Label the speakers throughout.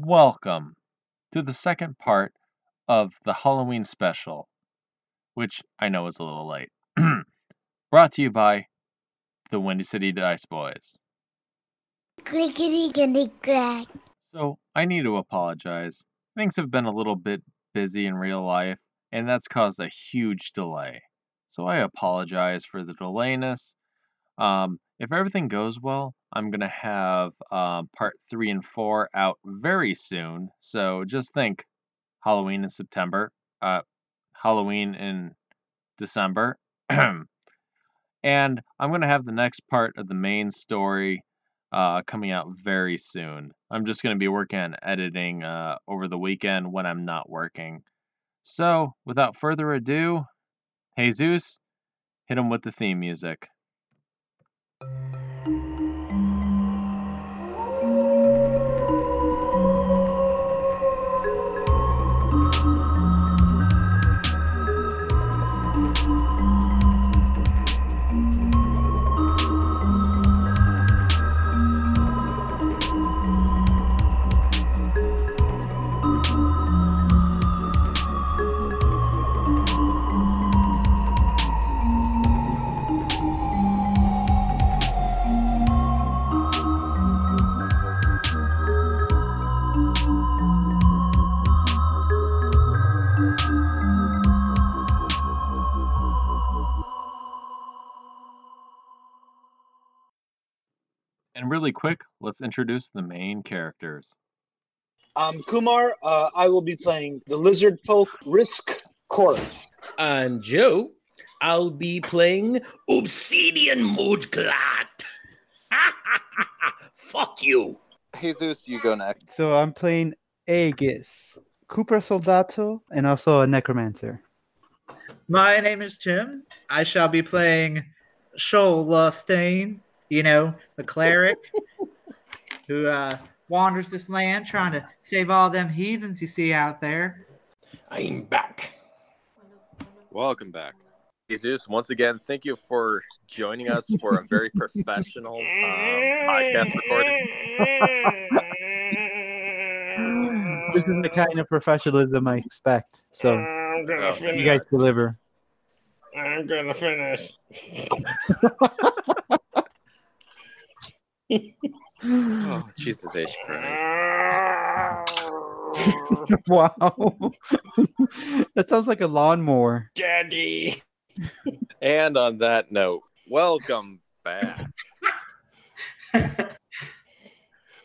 Speaker 1: Welcome to the second part of the Halloween special, which I know is a little late. Brought to you by the Windy City Dice Boys.
Speaker 2: Clickety clickety clack.
Speaker 1: So, I need to apologize. Things have been a little bit busy in real life, and that's caused a huge delay. So, I apologize for the delayness. Um, if everything goes well, I'm going to have um, part three and four out very soon. So, just think Halloween in September, uh, Halloween in December. and I'm going to have the next part of the main story uh, coming out very soon. I'm just going to be working on editing uh, over the weekend when I'm not working. So, without further ado, Jesus, hit him with the theme music. And really quick, let's introduce the main characters.
Speaker 3: Um, Kumar, uh, I will be playing the Lizard Folk Risk Chorus.
Speaker 4: I'm Joe. I'll be playing Obsidian Moodclat. Fuck you.
Speaker 5: Jesus, you go next.
Speaker 6: So I'm playing Aegis, Cooper Soldato, and also a Necromancer.
Speaker 7: My name is Tim. I shall be playing Shoal Lustain, you know, the cleric who uh, wanders this land trying to save all them heathens you see out there.
Speaker 4: I'm back.
Speaker 5: Welcome back. Jesus, once again, thank you for joining us for a very professional um, podcast recording.
Speaker 6: This is the kind of professionalism I expect. So
Speaker 8: Uh, I'm gonna
Speaker 5: Oh,
Speaker 6: you
Speaker 8: finish.
Speaker 6: guys deliver.
Speaker 8: I'm gonna finish.
Speaker 5: Oh, Jesus H. Christ.
Speaker 6: Wow, that sounds like a lawnmower.
Speaker 8: Daddy.
Speaker 5: And on that note, welcome back.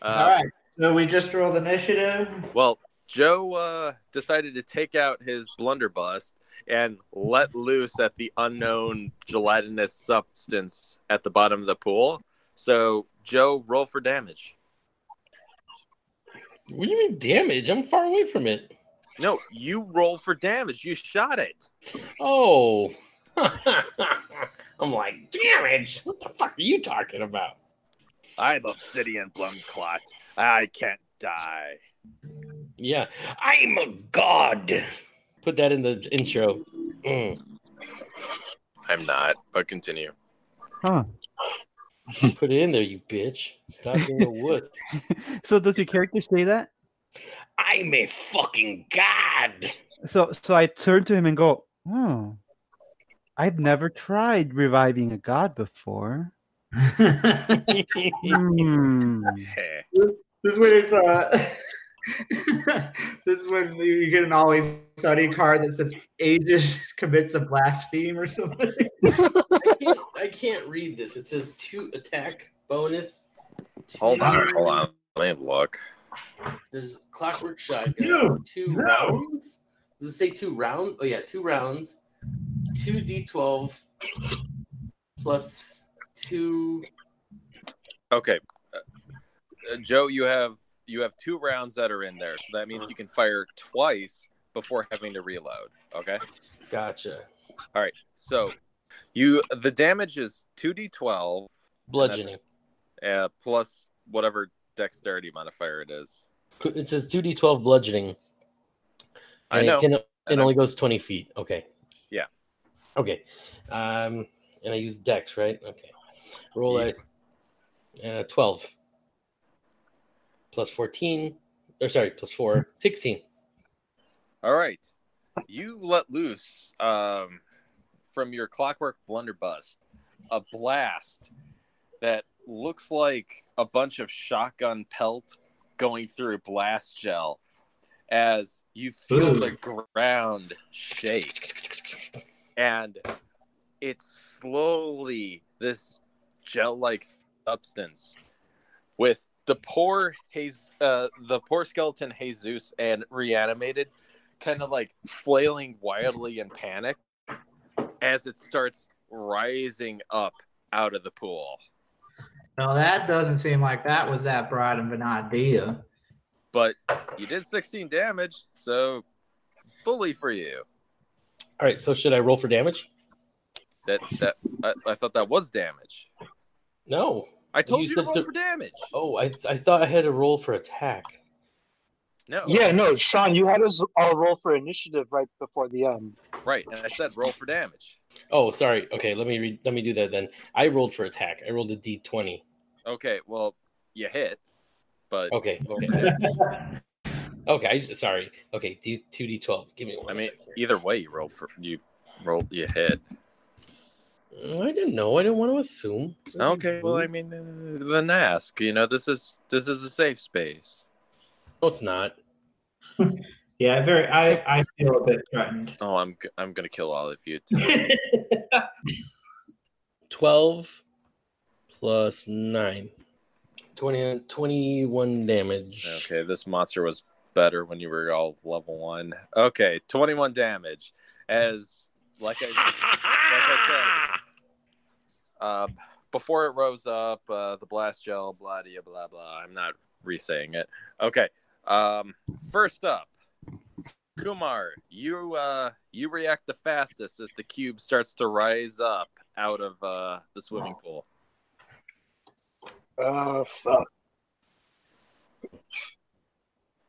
Speaker 5: Uh,
Speaker 7: all right. So we just rolled initiative.
Speaker 5: Well, Joe uh, decided to take out his blunderbust and let loose at the unknown gelatinous substance at the bottom of the pool. So, Joe, roll for damage.
Speaker 8: What do you mean damage? I'm far away from it.
Speaker 5: No, you roll for damage. You shot it.
Speaker 8: Oh. I'm like, damage? What the fuck are you talking about?
Speaker 5: I'm Obsidian Blumclot. I can't die.
Speaker 8: Yeah. I'm a god. Put that in the intro. Mm.
Speaker 5: I'm not, but continue.
Speaker 8: Put it in there, you bitch. Stop being a wood.
Speaker 6: So does your character say that?
Speaker 8: I'm a fucking god.
Speaker 6: So so I turn to him and go, "Oh, I've never tried reviving a god before." Hmm.
Speaker 5: Heh.
Speaker 7: This is when it's uh this is when you get an always sunny card that says ages commits a blaspheme or something.
Speaker 8: I can't, I can't read this. It says two attack bonus. Two,
Speaker 5: Hold on, hold on. Let me look.
Speaker 8: There's clockwork shotgun.
Speaker 7: Dude,
Speaker 8: two
Speaker 7: no.
Speaker 8: rounds. Does it say two rounds? Oh yeah, two rounds. Two d12 plus two.
Speaker 5: Okay, Uh, uh, Joe, you have you have two rounds that are in there, so that means you can fire twice before having to reload. Okay.
Speaker 8: Gotcha.
Speaker 5: All right. So you the damage is 2d12
Speaker 8: Bludgeoning.
Speaker 5: uh, plus whatever dexterity modifier it is.
Speaker 8: It says two d12 bludgeoning.
Speaker 5: I
Speaker 8: And
Speaker 5: know.
Speaker 8: It, can,
Speaker 5: I
Speaker 8: it
Speaker 5: know.
Speaker 8: only goes twenty feet. Okay.
Speaker 5: Yeah.
Speaker 8: Okay. Um, and I use Dex, right? Okay. Roll a, uh, twelve plus fourteen Or sorry, plus four. 16.
Speaker 5: All right. You let loose um, from your clockwork blunderbust a blast that looks like a bunch of shotgun pelt going through blast gel as you feel
Speaker 4: Ooh.
Speaker 5: the ground shake. And it's slowly this gel like substance with the poor Hez- uh, the poor skeleton Jesus and reanimated kind of like flailing wildly in panic as it starts rising up out of the pool.
Speaker 7: No, that doesn't seem like that was that bright of an idea.
Speaker 5: But you did 16 damage, so bully for you.
Speaker 8: All right, so should I roll for damage?
Speaker 5: That that I, I thought that was damage.
Speaker 8: No.
Speaker 5: I told
Speaker 8: You
Speaker 5: you, to
Speaker 8: said
Speaker 5: roll
Speaker 8: to-
Speaker 5: for damage.
Speaker 8: Oh, I, I thought I had to roll for attack.
Speaker 5: No.
Speaker 3: Yeah, no, Sean, you had us all roll for initiative right before the end.
Speaker 5: Right, and I said roll for damage.
Speaker 8: Oh, sorry. Okay, let me read. Let me do that then. I rolled for attack. I rolled a d20.
Speaker 5: Okay, well, you hit, but
Speaker 8: Okay, okay, okay. I just, sorry. Okay, d two d12s. Give me one.
Speaker 5: I mean,
Speaker 8: second here.
Speaker 5: either way, you roll for you roll you hit.
Speaker 8: Mm, I didn't know. I didn't want to assume.
Speaker 5: Okay, well, I mean, uh, then ask. You know, this is this is a safe space.
Speaker 8: no, it's not.
Speaker 9: Yeah, very. I, I feel a bit threatened.
Speaker 5: Oh, I'm g- I'm gonna kill all of you.
Speaker 8: Twelve plus nine. 20, 21 damage.
Speaker 5: okay, this monster was better when you were all level one. Okay, 21 damage. As like I, uh, before it rose up, uh, the blast gel, blah blah blah blah. I'm not re-saying it. Okay. Um, first up, Kumar, you uh, you react the fastest as the cube starts to rise up out of uh, the swimming pool.
Speaker 3: Oh, fuck.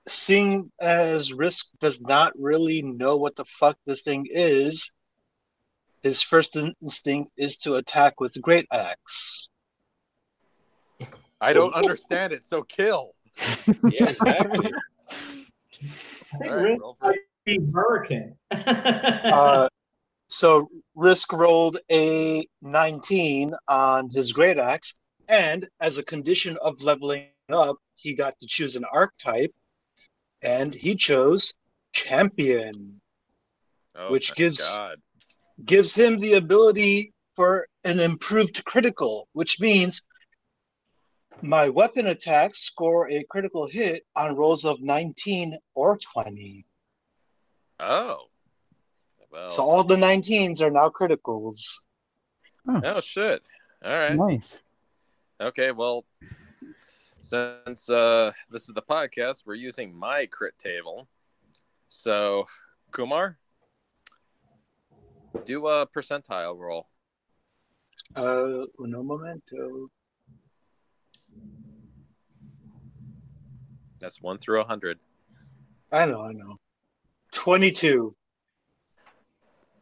Speaker 3: Seeing as Risk does not really know what the fuck this thing is, his first instinct is to attack with Great Axe.
Speaker 5: I don't understand it, so kill.
Speaker 8: Yeah, exactly.
Speaker 9: I think
Speaker 5: All right,
Speaker 9: Risk
Speaker 5: roll for-
Speaker 9: being Hurricane.
Speaker 3: Uh, so Risk rolled a 19 on his Great Axe, and as a condition of leveling up, he got to choose an archetype, and he chose Champion.
Speaker 5: Oh,
Speaker 3: Which
Speaker 5: thank
Speaker 3: gives-
Speaker 5: God.
Speaker 3: gives him the ability for an improved critical, which means my weapon attacks score a critical hit on rolls of 19 or 20.
Speaker 5: Oh. Well.
Speaker 3: So all the 19s are now criticals.
Speaker 5: oh shit. All right.
Speaker 6: Nice.
Speaker 5: Okay. Well, since uh, this is the podcast, we're using my crit table. So, Kumar, do a percentile roll.
Speaker 3: Uh, uno momento.
Speaker 5: That's one through a hundred.
Speaker 3: I know, I know. 22,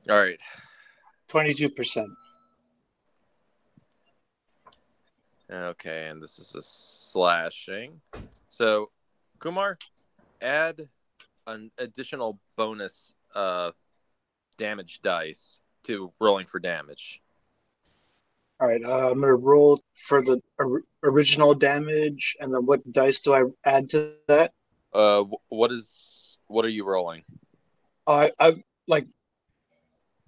Speaker 5: All right.
Speaker 3: 22%.
Speaker 5: Okay, and this is a slashing. So, Kumar, add an additional bonus uh damage dice to rolling for damage.
Speaker 3: All right, uh, I'm going to roll for the or- original damage, and then what dice do I add to that?
Speaker 5: Uh wh- what is what are you rolling?
Speaker 3: I I like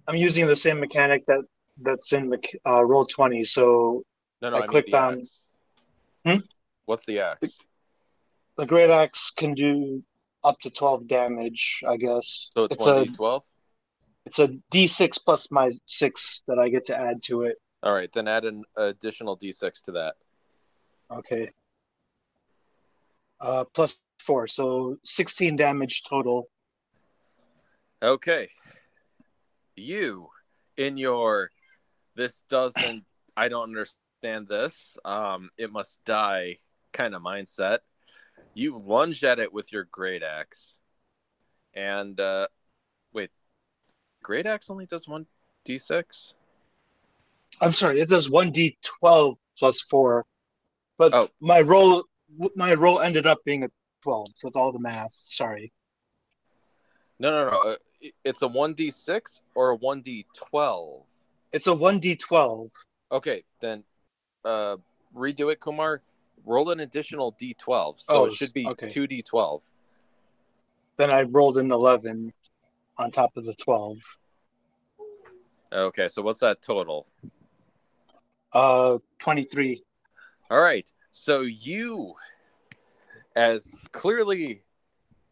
Speaker 3: I'm using the same mechanic that that's in the uh, roll twenty. So
Speaker 5: No, no,
Speaker 3: I
Speaker 5: I, mean
Speaker 3: clicked
Speaker 5: the
Speaker 3: on-
Speaker 5: axe.
Speaker 3: Hmm?
Speaker 5: What's the axe?
Speaker 3: the great axe can do up to twelve damage, I guess.
Speaker 5: So it's,
Speaker 3: it's
Speaker 5: one
Speaker 3: a
Speaker 5: d twelve.
Speaker 3: it's a D six plus my six that I get to add to it.
Speaker 5: All right, then add an additional d six to that.
Speaker 3: Okay. Uh, plus four, so sixteen damage total.
Speaker 5: Okay. You in your this doesn't I don't understand this. Um it must die kind of mindset. You lunge at it with your great axe. And uh wait. Great axe only does 1d6?
Speaker 3: I'm sorry, it does one D twelve plus four, but
Speaker 5: Oh.
Speaker 3: my roll my roll ended up being a 12 with all the math. Sorry.
Speaker 5: No, no, no. uh, it- It's a 1d6 or a 1d12.
Speaker 3: It's a 1d12.
Speaker 5: Okay, then uh, redo it, Kumar. Roll an additional d12. So
Speaker 3: Oh,
Speaker 5: it should be
Speaker 3: okay.
Speaker 5: 2d12.
Speaker 3: Then I rolled an 11 on top of the 12.
Speaker 5: Okay, so what's that total?
Speaker 3: Uh, 23.
Speaker 5: All right. So you, as clearly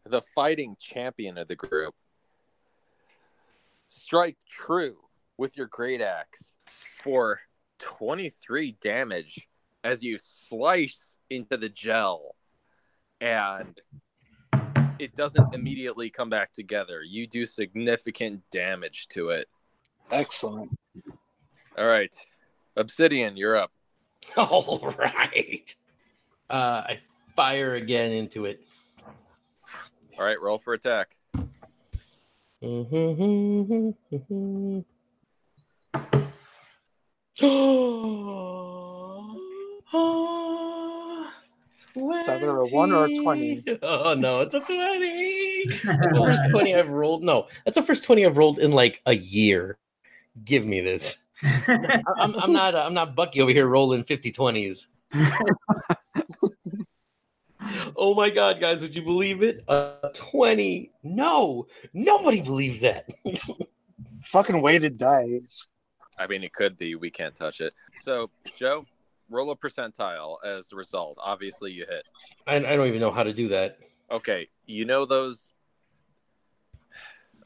Speaker 5: the fighting champion of the group, strike true with your great axe for 23 damage as you slice into the gel and it doesn't immediately come back together. You do significant damage to it.
Speaker 3: Excellent.
Speaker 5: All right. Obsidian, you're up.
Speaker 8: All right. Uh, I fire again into it.
Speaker 5: All right, roll for attack.
Speaker 8: Mm-hmm.
Speaker 3: It's either a one or a 20.
Speaker 8: Oh no, it's a twenty. That's the first twenty I've rolled. No, that's the first twenty I've rolled in like a year. Give me this. I- I'm, I'm not. I'm not Bucky over here rolling 50 20s. oh my god, guys! Would you believe it? A twenty? No, nobody believes that.
Speaker 3: Fucking weighted dice.
Speaker 5: I mean, it could be. We can't touch it. So, Joe, roll a percentile as a result. Obviously, you hit.
Speaker 8: I, I don't even know how to do that.
Speaker 5: Okay, you know those.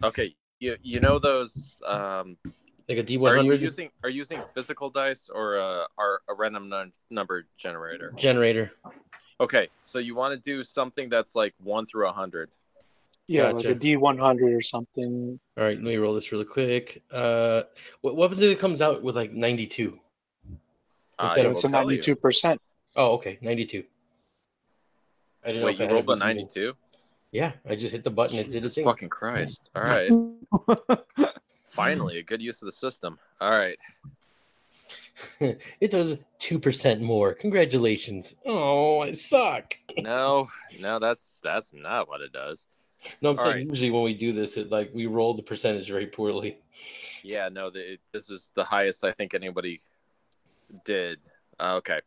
Speaker 5: Okay, you you know those. Um,
Speaker 8: Like a D
Speaker 5: are you
Speaker 8: 100
Speaker 5: using are you using physical dice or uh, are a random num- number generator?
Speaker 8: generator.
Speaker 5: Okay, so you want to do something that's like one through a hundred.
Speaker 3: Yeah,
Speaker 8: Gotcha.
Speaker 3: like a D100 or something.
Speaker 8: All right, let me roll this really quick. Uh, what what was it that comes out with like 92?
Speaker 5: Uh,
Speaker 8: Okay,
Speaker 5: I
Speaker 3: And
Speaker 5: will
Speaker 3: it's a
Speaker 5: tell you.
Speaker 3: 92%.
Speaker 8: Oh, okay, 92. I didn't know
Speaker 5: Wait, you
Speaker 8: if I had
Speaker 5: rolled
Speaker 8: it
Speaker 5: a
Speaker 8: with me.
Speaker 5: ninety-two.
Speaker 8: Yeah, I just hit the button. it did a
Speaker 5: Jesus
Speaker 8: thing.
Speaker 5: fucking Christ! All right, finally a good use of the system. All right,
Speaker 8: it does 2% more. Congratulations. Oh, I suck.
Speaker 5: no, no, that's that's not what it does.
Speaker 8: No, I'm
Speaker 5: All
Speaker 8: saying
Speaker 5: right.
Speaker 8: usually when we do this, it like we roll the percentage very poorly.
Speaker 5: Yeah, no, the, it, this is the highest I think anybody did. Uh, okay.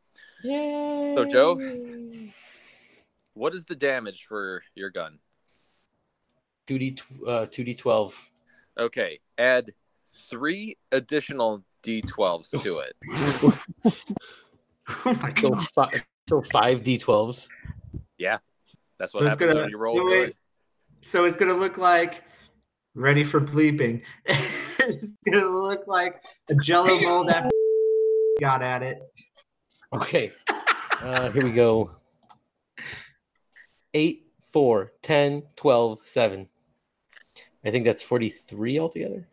Speaker 8: Yeah.
Speaker 5: So, Joe? What is the damage for your gun?
Speaker 8: 2D, uh, 2D12.
Speaker 5: Okay. Add three additional D12s to it.
Speaker 9: Oh my
Speaker 8: So,
Speaker 9: god.
Speaker 8: five, so five D12s.
Speaker 5: That's what
Speaker 9: So it's
Speaker 5: happens
Speaker 9: gonna-
Speaker 5: when you roll
Speaker 9: no,
Speaker 5: good.
Speaker 9: wait. So it's gonna look like ready for bleeping. it's gonna look like a jello mold after got at it.
Speaker 8: Okay. Uh, here we go. 8, 4, 10, 12, 7. I think that's 43 altogether.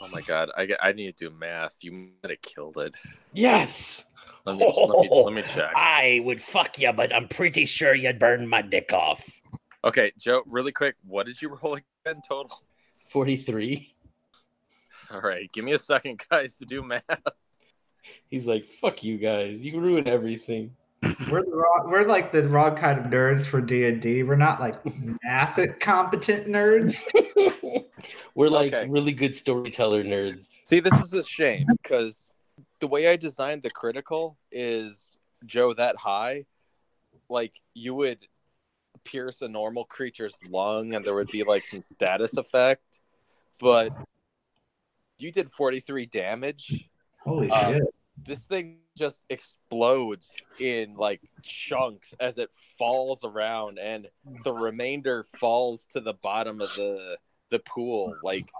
Speaker 5: Oh my god, I, get- I need to do math. You might have killed it.
Speaker 8: Yes.
Speaker 5: Let me let me, let me check.
Speaker 8: I would fuck you, but I'm pretty sure you'd burn my dick off.
Speaker 5: Okay, Joe, really quick, what did you roll again total?
Speaker 8: 43.
Speaker 5: All right, give me a second, guys, to do math.
Speaker 8: He's like, fuck you guys. You ruin everything.
Speaker 9: We're the wrong, we're like the wrong kind of nerds for D and D. We're not like math competent nerds.
Speaker 8: We're like
Speaker 5: Okay.
Speaker 8: really good storyteller nerds.
Speaker 5: See, this is a shame because the way I designed the critical is Joe that high, like you would pierce a normal creature's lung and there would be like some status effect, but you did 43 damage.
Speaker 9: Holy
Speaker 5: Uh,
Speaker 9: shit!
Speaker 5: This thing just explodes in like chunks as it falls around and the remainder falls to the bottom of the the pool. Like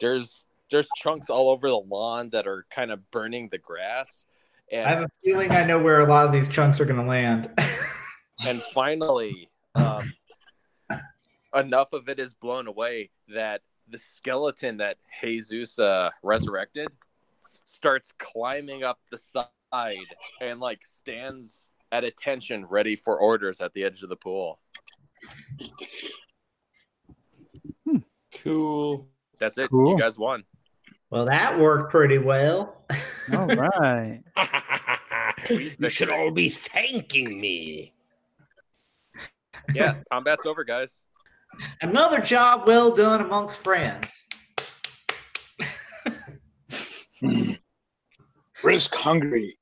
Speaker 5: there's there's chunks all over the lawn that are kind of burning the grass.
Speaker 9: I have
Speaker 5: And
Speaker 9: a feeling I know where a lot of these chunks are gonna land.
Speaker 5: and finally, um, enough of it is blown away that the skeleton that Jesus uh, resurrected starts climbing up the side and like stands at attention, ready for orders at the edge of the pool.
Speaker 8: Cool.
Speaker 5: That's it.
Speaker 6: Cool.
Speaker 5: You guys won.
Speaker 9: well, that worked pretty well.
Speaker 6: All right.
Speaker 8: you should all be thanking me.
Speaker 5: Yeah, combat's over, guys.
Speaker 9: Another job well done amongst friends.
Speaker 3: Risk hungry.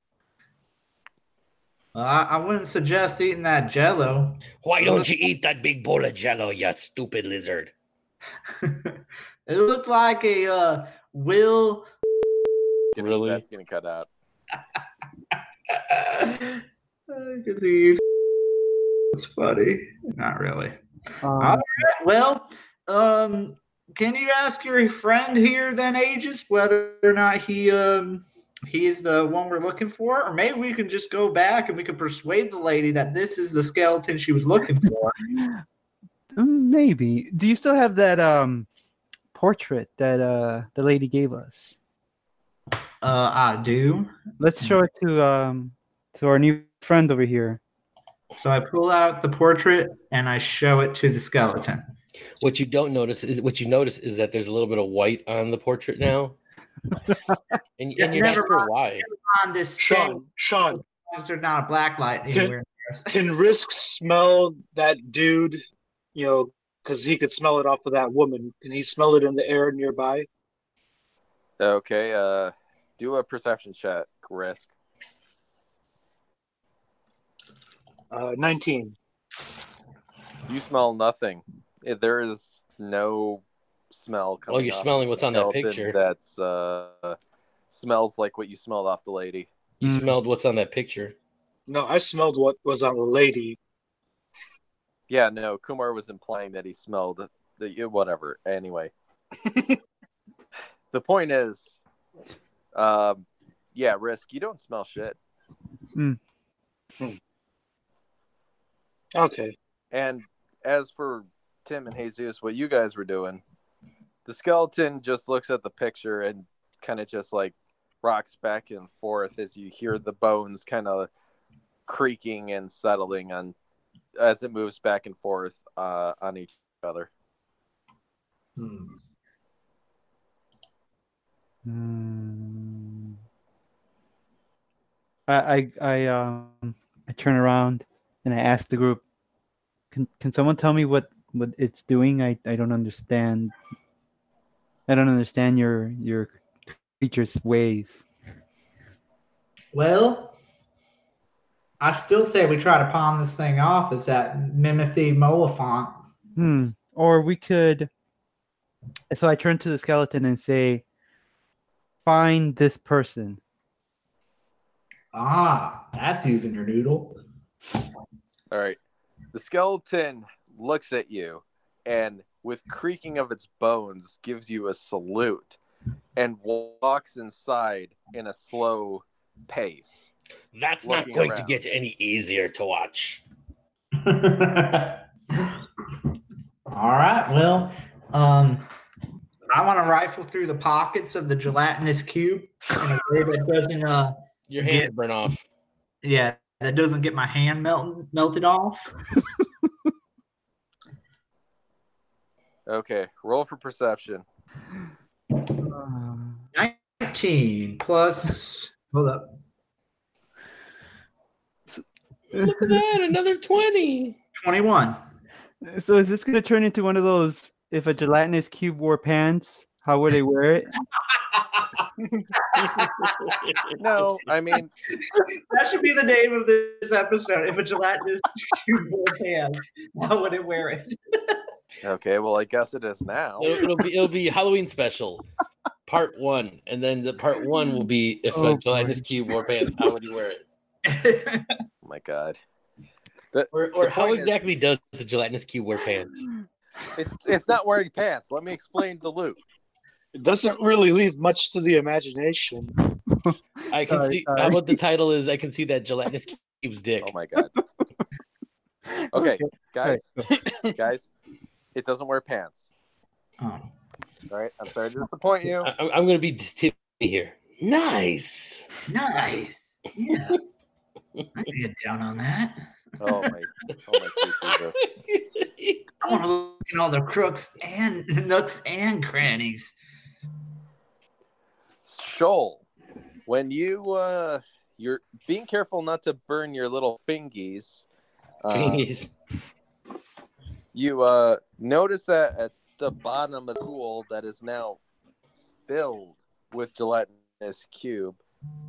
Speaker 9: Well, I, I wouldn't suggest eating that jello.
Speaker 4: Why don't you eat that big bowl of jello, you stupid lizard?
Speaker 9: it looked like a uh, Will.
Speaker 5: Get it,
Speaker 8: Really?
Speaker 5: That's gonna cut out.
Speaker 9: Because he used- It's funny. Not really.
Speaker 6: Um,
Speaker 9: Well, um, can you ask your friend here then, Aegis, whether or not he um he's the one we're looking for, or maybe we can just go back and we can persuade the lady that this is the skeleton she was looking for.
Speaker 6: mm, maybe. Do you still have that um portrait that uh the lady gave us?
Speaker 9: uh, I do.
Speaker 6: Let's show it to um to our new friend over here.
Speaker 9: So I pull out the portrait and I show it to the skeleton.
Speaker 8: What you don't notice is what you notice is that there's a little bit of white on the portrait now, and,
Speaker 9: Yeah,
Speaker 8: and you're not
Speaker 9: never
Speaker 8: sure why.
Speaker 9: On this stand,
Speaker 3: Sean, Sean,
Speaker 9: because there's not a black light
Speaker 3: Can-
Speaker 9: anywhere.
Speaker 3: can Risk smell that dude? You know, because he could smell it off of that woman. Can he smell it in the air nearby?
Speaker 5: Okay, uh, do a perception check, risk.
Speaker 3: Uh, 19.
Speaker 5: You smell nothing. Eh, There is no smell coming.
Speaker 8: Oh, you're
Speaker 5: off
Speaker 8: smelling what's on that
Speaker 5: skeleton
Speaker 8: picture.
Speaker 5: That's uh, smells like what you smelled off the lady.
Speaker 8: You
Speaker 6: Mm.
Speaker 8: smelled what's on that picture.
Speaker 3: No, I smelled what was on the lady.
Speaker 5: Yeah, no, Kumar was implying that he smelled the eh, whatever. Anyway, the point is, um, yeah, risk. You don't smell shit,
Speaker 3: Okay.
Speaker 5: and as for Tim and Jesus, what you guys were doing, the skeleton just looks at the picture and kind of just like rocks back and forth as you hear the bones kind of creaking and settling on as it moves back and forth uh, on each other.
Speaker 9: Hmm.
Speaker 6: Mm. I I I um I turn around and I ask the group, can can someone tell me what what it's doing? I I don't understand. I don't understand your your creature's ways.
Speaker 9: Well, I still say we try to pawn this thing off as that Mimothy Molifont.
Speaker 6: Hmm. Or we could. So I turn to the skeleton and say, "Find this person."
Speaker 9: Ah, that's using your noodle.
Speaker 5: All right. The skeleton looks at you and, with creaking of its bones, gives you a salute and walks inside in a slow pace.
Speaker 4: That's not
Speaker 5: Looking
Speaker 4: going to
Speaker 5: around.
Speaker 4: get any easier to watch.
Speaker 9: All right. Well, um, I want to rifle through the pockets of the gelatinous cube in a way that doesn't, uh,
Speaker 8: Your hand
Speaker 9: Yeah.
Speaker 8: burn off.
Speaker 9: yeah, that doesn't get my hand melted melted off.
Speaker 5: Okay. Roll for perception.
Speaker 6: Uh,
Speaker 9: Nineteen plus. Hold up.
Speaker 8: Look at that, another twenty.
Speaker 9: 21.
Speaker 6: So is this going to turn into one of those? If a gelatinous cube wore pants, how would they wear it?
Speaker 5: No, I mean,
Speaker 9: That should be the name of this episode. If a gelatinous cube wore pants, how would it wear it?
Speaker 5: okay. Well, I guess it is now.
Speaker 8: It'll, it'll be it'll be Halloween special, part one, and then the part one will be if
Speaker 6: Oh,
Speaker 8: a gelatinous cube wore pants, how would you wear it?
Speaker 5: Oh my God.
Speaker 8: Or, or
Speaker 5: The
Speaker 8: how
Speaker 5: point is-
Speaker 8: exactly does a gelatinous cube wear pants?
Speaker 5: It's, it's not wearing pants. Let me explain the loop.
Speaker 3: It doesn't really leave much to the imagination.
Speaker 8: I can
Speaker 6: Sorry,
Speaker 8: see.
Speaker 6: sorry.
Speaker 8: How about the title is? I can see that gelatinous cube's dick.
Speaker 5: Oh my God. Okay, guys, guys, it doesn't wear pants.
Speaker 9: oh.
Speaker 5: All right. I'm sorry to disappoint you.
Speaker 8: I, I'm going to be tippy here. Nice.
Speaker 9: Nice. Yeah. I can get down on that.
Speaker 5: Oh my, oh my sweet Jesus.
Speaker 9: I want to look at all the crooks and nooks and crannies.
Speaker 5: Shoal, when you uh, you're being careful not to burn your little fingies. uh,
Speaker 8: Jeez.
Speaker 5: you uh, notice that at the bottom of the pool that is now filled with gelatinous cube.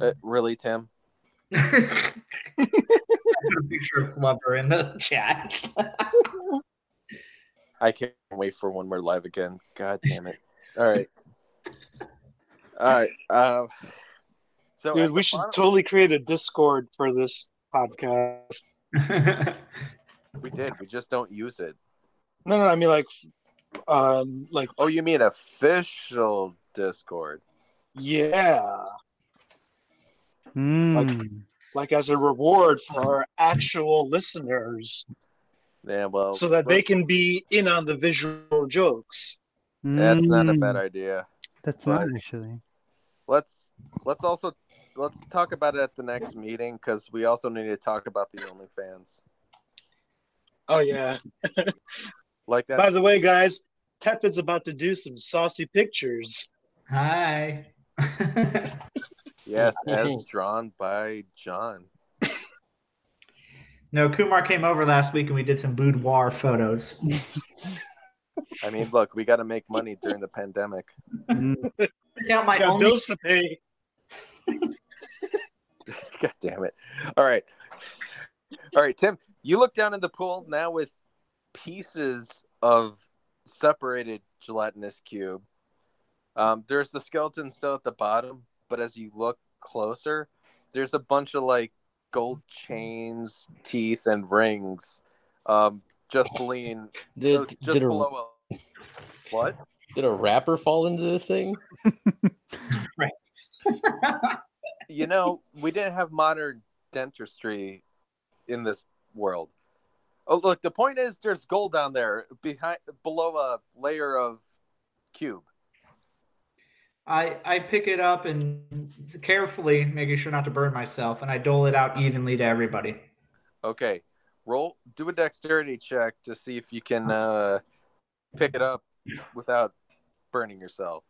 Speaker 5: Uh, really, Tim?
Speaker 9: a picture of Flubber in the chat.
Speaker 5: I can't wait for when we're live again. God damn it! All right, all right. Um, so at
Speaker 3: Dude,
Speaker 5: the
Speaker 3: we should
Speaker 5: bottom-
Speaker 3: totally create a Discord for this podcast.
Speaker 5: we did. We just don't use it.
Speaker 3: No, no, I mean like, um, like
Speaker 5: Oh, you mean official Discord?
Speaker 3: yeah,
Speaker 6: Mm.
Speaker 3: like as a reward for our actual listeners,
Speaker 5: Yeah, well,
Speaker 3: so that they can be in on the visual jokes.
Speaker 5: That's not a
Speaker 6: Mm.
Speaker 5: bad idea.
Speaker 6: That's
Speaker 5: but-
Speaker 6: not actually.
Speaker 5: Let's let's also let's talk about it at the next meeting because we also need to talk about the OnlyFans.
Speaker 3: Oh yeah.
Speaker 5: Like
Speaker 3: By
Speaker 5: that.
Speaker 3: the way, guys, Tepid's about to do some saucy pictures.
Speaker 9: Hi.
Speaker 5: yes, as drawn by John.
Speaker 9: no, Kumar came over last week and we did some boudoir photos.
Speaker 5: I mean, look, we got to make money during the pandemic.
Speaker 6: Mm.
Speaker 9: Check out my
Speaker 3: Got
Speaker 9: only
Speaker 3: bills to pay.
Speaker 5: God damn it! All right, all right, Tim. You look down in the pool now with pieces of separated gelatinous cube. Um, there's the skeleton still at the bottom, but as you look closer, there's a bunch of like gold chains, teeth, and rings. Um, just lean,
Speaker 8: Did
Speaker 5: just
Speaker 8: did a,
Speaker 5: below. A, what?
Speaker 8: did a rapper fall into this thing?
Speaker 5: You know, we didn't have modern dentistry in this world. Oh, look, the point is there's gold down there behind below a layer of cube.
Speaker 9: I, I pick it up and carefully making sure not to burn myself and I dole it out evenly to everybody.
Speaker 5: Okay. Roll do a dexterity check to see if you can uh pick it up without burning yourself.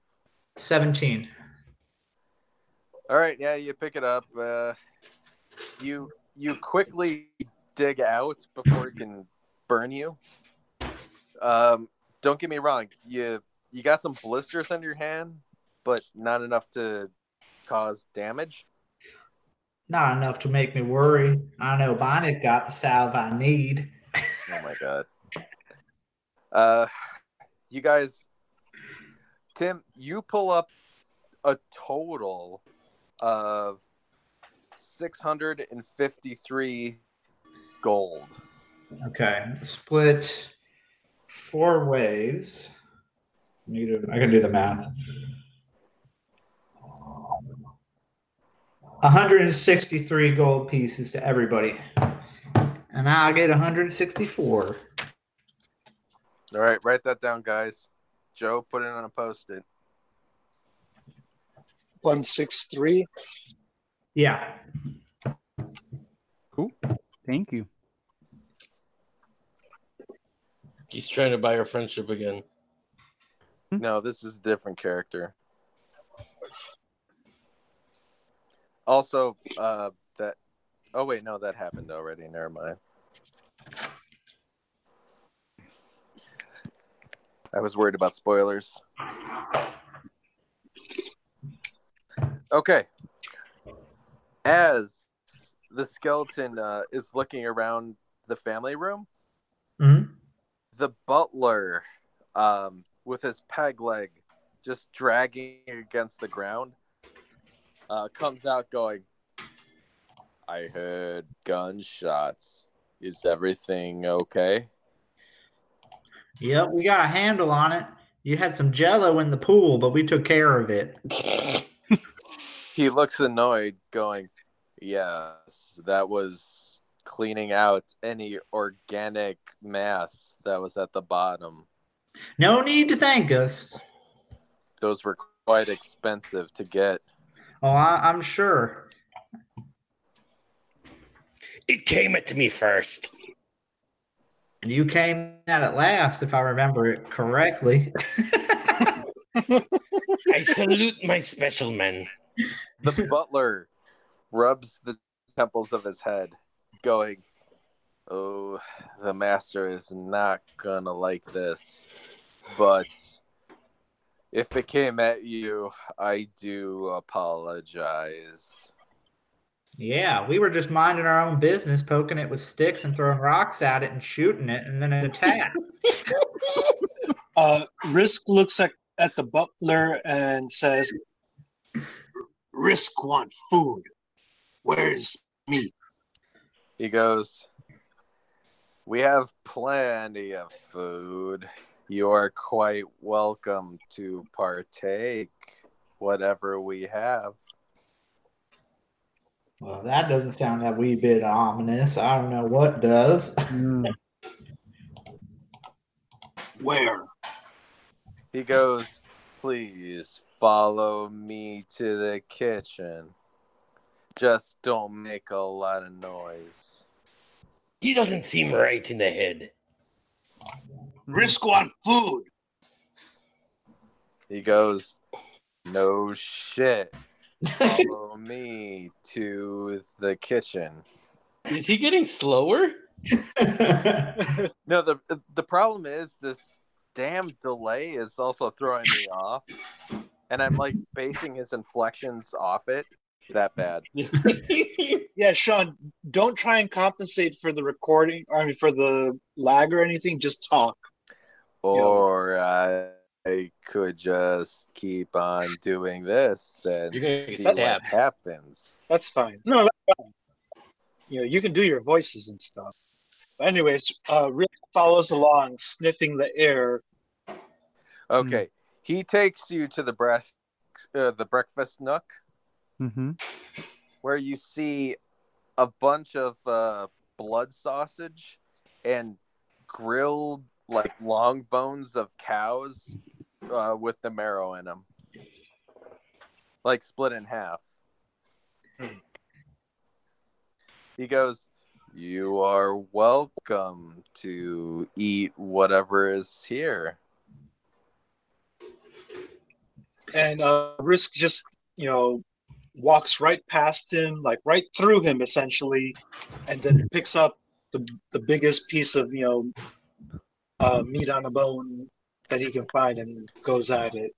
Speaker 9: 17.
Speaker 5: All right, yeah, you pick it up. Uh you you quickly dig out before it can burn you. Um don't get me wrong, you you got some blisters on your hand, but not enough to cause damage.
Speaker 9: Not enough to make me worry. I know Bonnie's got the salve I need.
Speaker 5: Oh my god. Uh, you guys, Tim, you pull up a total of six hundred and fifty-three gold.
Speaker 9: Okay. Split four ways. Negative. I can do the math. 163 gold pieces to everybody. And I'll get 164.
Speaker 5: All right, write that down, guys. Joe, put it on a post-it.
Speaker 3: One six three.
Speaker 9: Yeah.
Speaker 6: Thank you.
Speaker 8: He's trying to buy our friendship again.
Speaker 5: No, this is a different character. Also, uh, that. Oh wait, no, that happened already. Never mind. I was worried about spoilers. Okay. As the skeleton uh, is looking around the family room,
Speaker 9: Mhm.
Speaker 5: the butler um, with his peg leg just dragging against the ground, uh, comes out going, I heard gunshots. Is everything okay?
Speaker 9: Yep. We got a handle on it. You had some jello in the pool, but we took care of it.
Speaker 5: He looks annoyed, going, Yes, that was cleaning out any organic mass that was at the bottom.
Speaker 9: No need to thank us.
Speaker 5: Those were quite expensive to get.
Speaker 9: Oh, I, I'm sure.
Speaker 4: It came at me first.
Speaker 9: And you came at it last, if I remember it correctly.
Speaker 4: I salute my special men.
Speaker 5: The butler rubs the temples of his head, going, oh, the master is not gonna like this. But if it came at you, I do apologize.
Speaker 9: Yeah, we were just minding our own business, poking it with sticks and throwing rocks at it and shooting it, and then it attacked.
Speaker 3: Uh, Risk looks at, at the butler and says, Risk want food. Where's meat?
Speaker 5: He goes, We have plenty of food. You are quite welcome to partake whatever we have.
Speaker 9: well, that doesn't sound that wee bit ominous. I don't know what does.
Speaker 3: Where?
Speaker 5: He goes, Please follow me to the kitchen. Just don't make a lot of noise.
Speaker 4: He doesn't seem right in the head.
Speaker 3: Risk want food.
Speaker 5: He goes, No shit. Follow me to the kitchen.
Speaker 8: Is he getting slower?
Speaker 5: No, the the problem is this damn delay is also throwing me off, and I'm like basing his inflections off it. That bad.
Speaker 3: Yeah, Sean, don't try and compensate for the recording, or I mean, for the lag or anything. Just talk.
Speaker 5: Or I, I could just keep on doing this and
Speaker 8: You're gonna get
Speaker 5: see what
Speaker 8: stabbed.
Speaker 5: happens.
Speaker 3: That's fine. No, that's fine. You know, you can do your voices and stuff. But anyways, uh, Rick follows along, sniffing the air.
Speaker 8: Mm-hmm.
Speaker 5: Okay, he takes you to the breast, uh, the breakfast nook.
Speaker 6: Mm-hmm.
Speaker 5: where you see a bunch of uh, blood sausage and grilled like long bones of cows uh, with the marrow in them, like split in half. He goes, "You are welcome to eat whatever is here."
Speaker 3: and uh, Risk just you know walks right past him, like right through him essentially, and then picks up the the biggest piece of you know uh, meat on a bone that he can find and goes at it.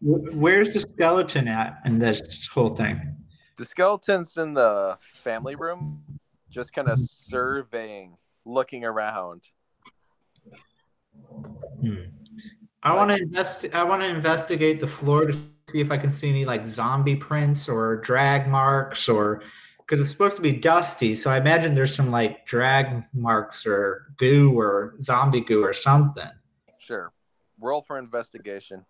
Speaker 9: Wh- Where's the skeleton at in this whole thing?
Speaker 5: The skeleton's in the family room, just kind of surveying, looking around.
Speaker 9: Hmm. I want to invest. I want to investigate the floor to see if I can see any like zombie prints or drag marks or because it's supposed to be dusty. So I imagine there's some like drag marks or goo or zombie goo or something.
Speaker 5: Sure. Roll for investigation.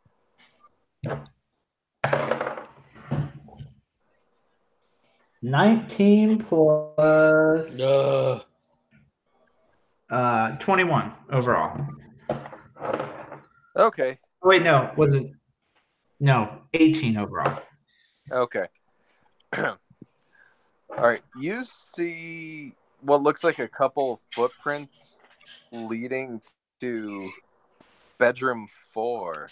Speaker 9: Nineteen plus
Speaker 8: Uh,
Speaker 9: uh, twenty-one overall. Oh,
Speaker 5: Okay.
Speaker 9: Wait, no, was it? No, eighteen overall.
Speaker 5: Okay. All right. You see what looks like a couple footprints leading to bedroom four.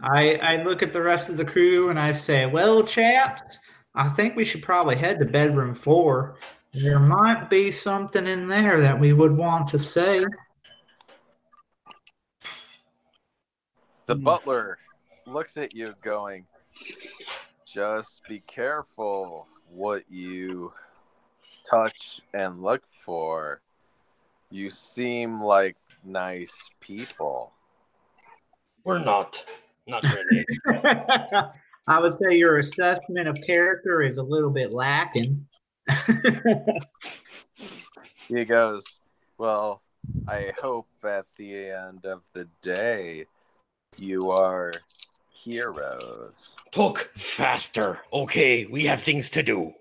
Speaker 9: I, I look at the rest of the crew and I say, Well, chaps, I think we should probably head to bedroom four. There might be something in there that we would want to say.
Speaker 5: The
Speaker 6: Hmm.
Speaker 5: butler looks at you, going, "Just be careful what you touch and look for. You seem like nice people."
Speaker 4: We're not. Not really.
Speaker 9: I would say your assessment of character is a little bit lacking.
Speaker 5: He goes, Well, I hope at the end of the day you are heroes.
Speaker 4: Talk faster. Okay, we have things to do.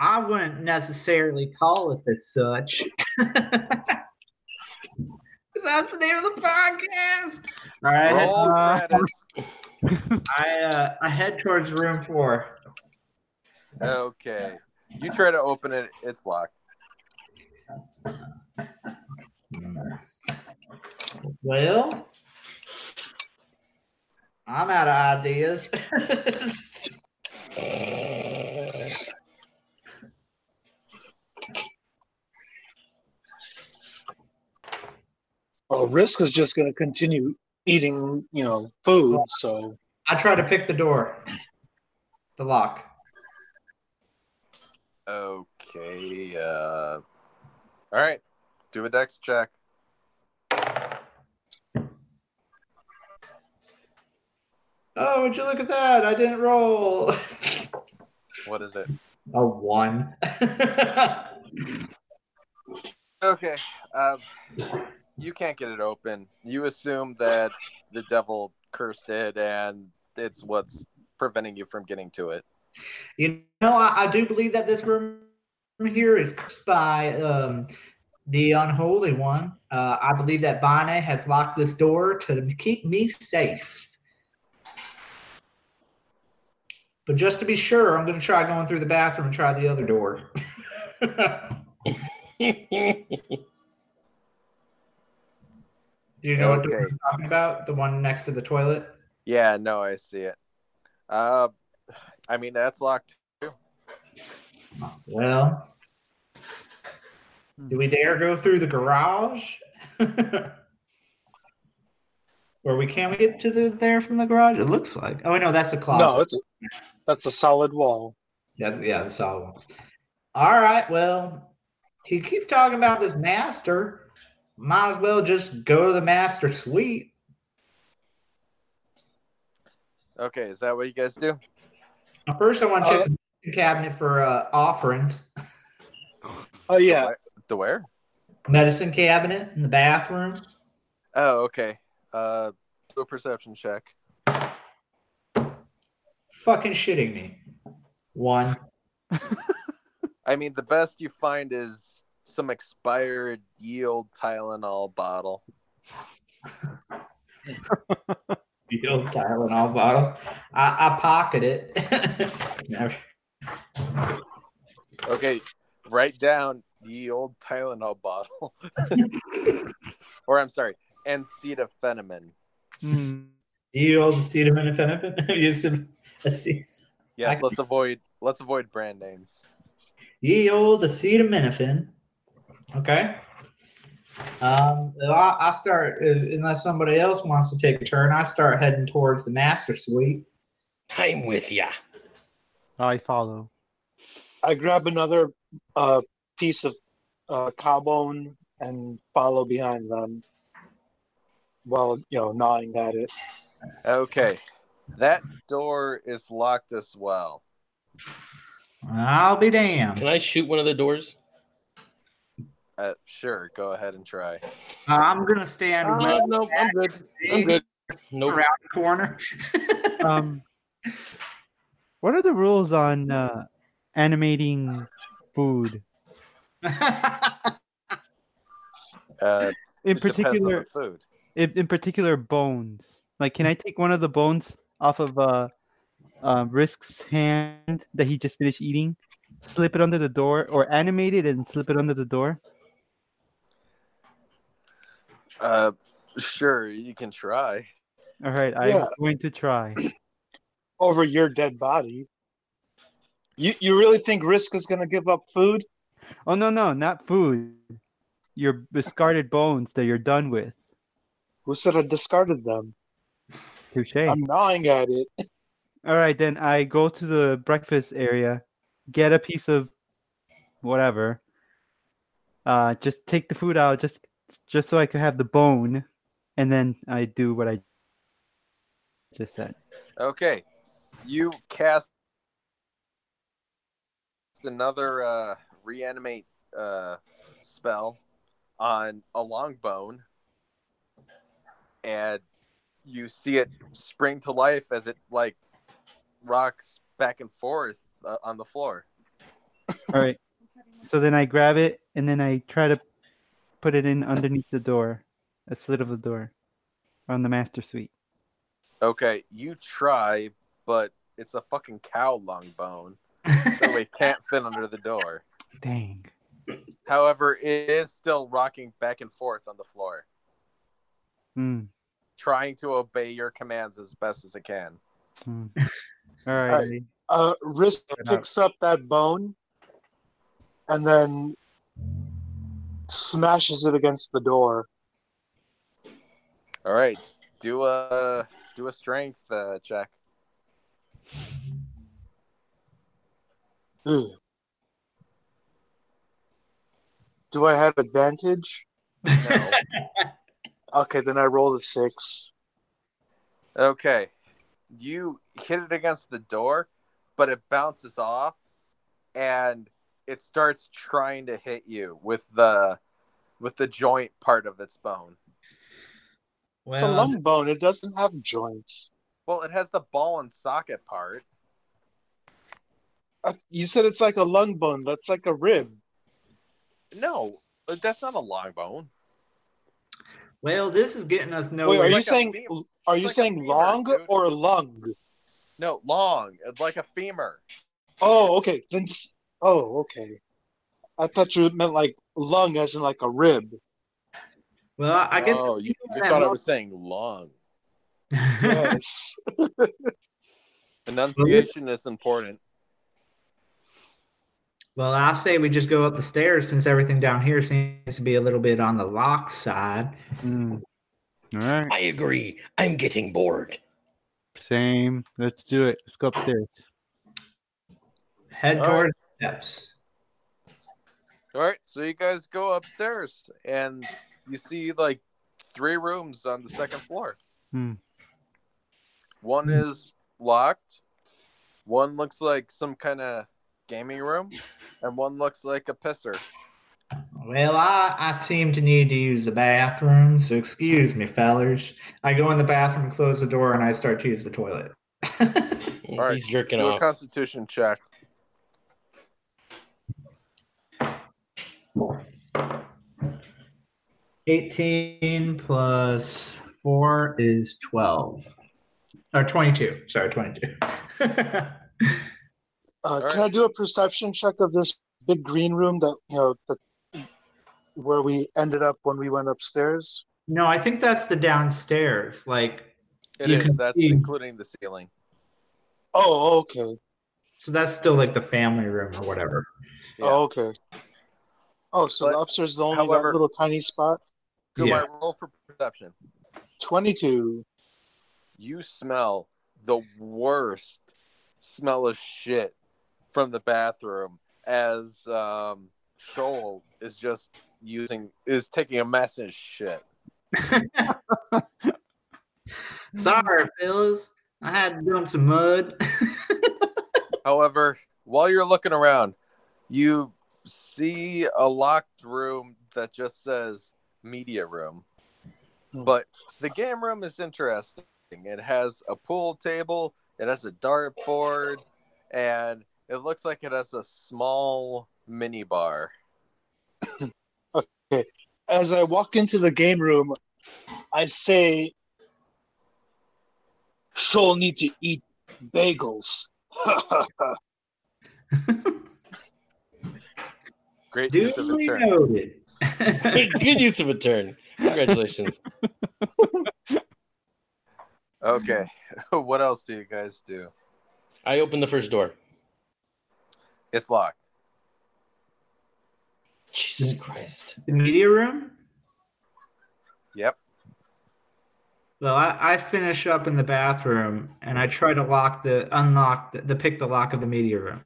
Speaker 9: I wouldn't necessarily call us as such. 'Cause That's the name of the podcast. All right.
Speaker 5: Roll
Speaker 9: uh,
Speaker 5: credits.
Speaker 9: I uh, I head towards room four.
Speaker 5: Okay. You try to open it, it's locked.
Speaker 9: Well, I'm out of ideas.
Speaker 3: Well, Risk Oh, is just going to continue eating, you know, food. So
Speaker 9: I try to pick the door, the lock.
Speaker 5: Okay. Uh, all right. Do a dex check.
Speaker 9: Oh, would you look at that? I didn't roll.
Speaker 5: What is it?
Speaker 9: A one.
Speaker 5: Okay. Um, you can't get it open. You assume that the devil cursed it and it's what's preventing you from getting to it.
Speaker 9: you know, I, I do believe that this room here is cursed by um, the unholy one. Uh, I believe that Bane has locked this door to keep me safe. But just to be sure, I'm going to try going through the bathroom and try the other door. you know what door
Speaker 5: Okay.
Speaker 9: I'm talking about? The one next to the toilet?
Speaker 5: Yeah, no, I see it. Uh, I mean, that's locked.
Speaker 9: Well,
Speaker 3: Hmm.
Speaker 9: do we dare go through the garage? or we can we get to the there from the garage? It looks like. Oh no, that's the closet.
Speaker 3: no, it's, that's a solid wall.
Speaker 9: that's yeah, that's solid one. All right. Well, he keeps talking about this master. Might as well just go to the master suite.
Speaker 5: Okay, is that what you guys do?
Speaker 9: First, I want
Speaker 3: Uh,
Speaker 9: to check the cabinet for uh, offerings.
Speaker 3: Oh yeah,
Speaker 5: The where?
Speaker 9: Medicine cabinet in the bathroom.
Speaker 5: Oh, okay. Uh, do a perception check.
Speaker 9: Fucking shitting me. One.
Speaker 5: I mean, the best you find is some expired yield Tylenol bottle.
Speaker 9: You know, Tylenol bottle. I, I pocket it. Never-
Speaker 5: Okay, write down ye old Tylenol bottle. or I'm sorry, acetaminophen.
Speaker 6: Mm.
Speaker 9: you old acetaminophen. You said acet-
Speaker 5: Yes, let's avoid let's avoid brand names.
Speaker 9: Ye old acetaminophen. Okay. Um, I, I start unless somebody else wants to take a turn. I start heading towards the master suite.
Speaker 4: I'm with ya.
Speaker 6: I follow.
Speaker 3: I grab another uh, piece of uh, carbone and follow behind them. While you know, gnawing at it.
Speaker 5: Okay. That door is locked as well.
Speaker 9: I'll be damned.
Speaker 8: Can I shoot one of the doors?
Speaker 5: Uh, sure, go ahead and try.
Speaker 9: I'm gonna stand
Speaker 8: Uh,
Speaker 9: right
Speaker 8: no, I'm good. I'm good. Nope.
Speaker 9: around the corner.
Speaker 6: Um, what are the rules on uh, animating food?
Speaker 5: Uh,
Speaker 6: In
Speaker 5: it depends on
Speaker 6: particular,
Speaker 5: the food.
Speaker 6: in, in particular bones. Like, can I take one of the bones off of uh, uh, Risk's hand that he just finished eating, slip it under the door, or animate it and slip it under the door?
Speaker 5: Uh, sure, you can try.
Speaker 6: All right,
Speaker 3: Yeah.
Speaker 6: I'm going to try.
Speaker 3: over your dead body. You you really think Risk is gonna give up food?
Speaker 6: Oh no, no, not food. Your discarded bones that you're done with.
Speaker 3: Who said I discarded them?
Speaker 6: Touche.
Speaker 3: I'm gnawing at it.
Speaker 6: All right, then I go to the breakfast area, get a piece of whatever. Uh, just take the food out, just just so I could have the bone, and then I do what I just said.
Speaker 5: Okay. You cast another uh, reanimate uh, spell on a long bone, and you see it spring to life as it like rocks back and forth uh, on the floor.
Speaker 6: All right. So then I grab it, and then I try to put it in underneath the door, a slit of the door, on the master suite.
Speaker 5: Okay, you try, but it's a fucking cow lung bone, so it can't fit under the door.
Speaker 6: Dang.
Speaker 5: However, it is still rocking back and forth on the floor.
Speaker 6: Mm,
Speaker 5: trying to obey your commands as best as it can.
Speaker 6: mm. All right.
Speaker 3: Uh, Risk picks up that bone and then smashes it against the door.
Speaker 5: All right, do a do a strength uh, check.
Speaker 3: Ugh. Do I have advantage?
Speaker 5: No.
Speaker 3: Okay, then I roll a six.
Speaker 5: Okay. You hit it against the door, but it bounces off and it starts trying to hit you with the with the joint part of its bone.
Speaker 3: It's a
Speaker 9: Well,
Speaker 3: lung bone. It doesn't have joints.
Speaker 5: Well, it has the ball and socket part.
Speaker 3: Uh, You said it's like a lung bone. That's like a rib.
Speaker 5: No, uh, that's not a long bone.
Speaker 9: well, this is getting us
Speaker 3: Wait,
Speaker 9: nowhere.
Speaker 3: are
Speaker 5: it's
Speaker 3: you
Speaker 5: like a
Speaker 3: saying
Speaker 5: femur.
Speaker 3: are
Speaker 5: It's
Speaker 3: you
Speaker 5: like a
Speaker 3: saying
Speaker 5: femur,
Speaker 3: long
Speaker 5: dude.
Speaker 3: or lung?
Speaker 5: No, long. It's like a femur.
Speaker 3: Oh, okay. Then s- oh, okay. I thought you meant like lung, as in like a rib.
Speaker 9: well, I guess
Speaker 5: oh, you, you
Speaker 9: that
Speaker 5: thought I
Speaker 9: long-
Speaker 5: was saying long.
Speaker 3: Yes. Uh,
Speaker 5: Enunciation is important.
Speaker 9: Well, I say we just go up the stairs since everything down here seems to be a little bit on the lock side.
Speaker 6: Mm. All right.
Speaker 4: I agree. I'm getting bored.
Speaker 6: Same. Let's do it. Let's go upstairs.
Speaker 9: Head
Speaker 5: All
Speaker 9: towards the steps.
Speaker 5: All right, so you guys go upstairs and you see like three rooms on the second floor.
Speaker 6: Hmm.
Speaker 5: One is locked, one looks like some kind of gaming room, and one looks like a pisser.
Speaker 9: Well, I, I seem to need to use the bathroom, so excuse me, fellers. I go in the bathroom, close the door, and I start to use the toilet.
Speaker 5: All right,
Speaker 8: He's jerking
Speaker 5: Do a
Speaker 8: off.
Speaker 5: constitution check.
Speaker 9: Eighteen plus four is twelve, or twenty-two. Sorry, twenty-two.
Speaker 3: Uh,
Speaker 5: All
Speaker 3: can
Speaker 5: right.
Speaker 3: I do a perception check of this big green room that you know that where we ended up when we went upstairs?
Speaker 9: no, I think that's the downstairs. Like,
Speaker 5: It
Speaker 9: You
Speaker 5: is
Speaker 9: can
Speaker 5: that's
Speaker 9: see-
Speaker 5: including the ceiling.
Speaker 3: Oh, okay.
Speaker 9: so that's still like the family room or whatever.
Speaker 5: Yeah.
Speaker 3: Oh, okay. Oh, so
Speaker 5: But,
Speaker 3: the upstairs is the only that
Speaker 5: however-
Speaker 3: little tiny spot.
Speaker 5: Do
Speaker 9: Yeah.
Speaker 5: my roll for perception.
Speaker 3: Twenty-two.
Speaker 5: You smell the worst smell of shit from the bathroom as um, Shoal is just using is taking a mess and shit.
Speaker 9: Sorry, fellas. I had to dump some mud.
Speaker 5: However, while you're looking around, you see a locked room that just says media room.
Speaker 3: Hmm.
Speaker 5: But the game room is interesting. It has a pool table, it has a dartboard, and it looks like it has a small mini bar.
Speaker 3: As I walk into the game room, I say, "She'll need to eat bagels."
Speaker 5: Great use of a
Speaker 9: Duly
Speaker 5: term.
Speaker 9: noted.
Speaker 8: Good, good use of a turn. Congratulations.
Speaker 5: Okay. what else do you guys do?
Speaker 8: I opened the first door.
Speaker 5: It's locked.
Speaker 8: Jesus Christ.
Speaker 9: the media room?
Speaker 5: Yep.
Speaker 9: Well, I, I finish up in the bathroom and I try to lock the unlock the, the pick the lock of the media room.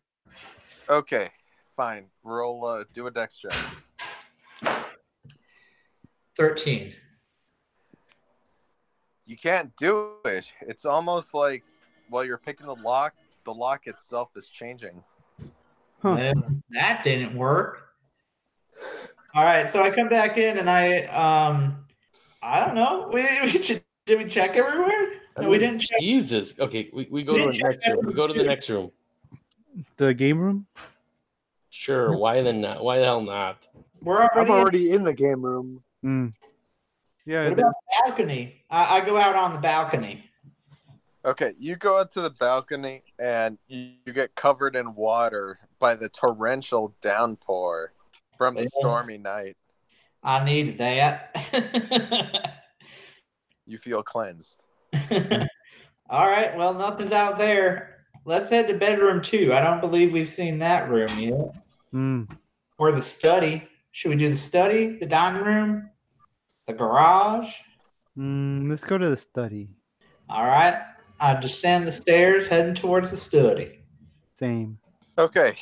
Speaker 5: Okay. Fine. Roll uh, do a dex check.
Speaker 9: Thirteen.
Speaker 5: you can't do it. It's almost like while you're picking the lock, the lock itself is changing.
Speaker 6: Huh.
Speaker 9: Well, that didn't work. All right, so I come back in and I um I don't know. We, we should, did we check everywhere? No, we didn't check.
Speaker 8: Jesus. Okay, we, we go to the next room. We go to the next room.
Speaker 6: The game room.
Speaker 8: Sure. Why then not? Why the hell not?
Speaker 9: We're already,
Speaker 3: I'm
Speaker 9: in-
Speaker 3: already in the game room.
Speaker 6: Mm. Yeah.
Speaker 9: What
Speaker 6: the-
Speaker 9: about the balcony? I, I go out on the balcony.
Speaker 5: Okay, you go out to the balcony and you, you get covered in water by the torrential downpour from the
Speaker 9: Yeah.
Speaker 5: stormy night.
Speaker 9: I needed that.
Speaker 5: You feel cleansed.
Speaker 9: All right. Well, nothing's out there. Let's head to bedroom two. I don't believe we've seen that room yet.
Speaker 6: Mm.
Speaker 9: Or the study. Should we do the study, the dining room, the garage?
Speaker 6: Mm, let's go to the study.
Speaker 9: All right. I descend the stairs, heading towards the study.
Speaker 6: Same.
Speaker 5: Okay.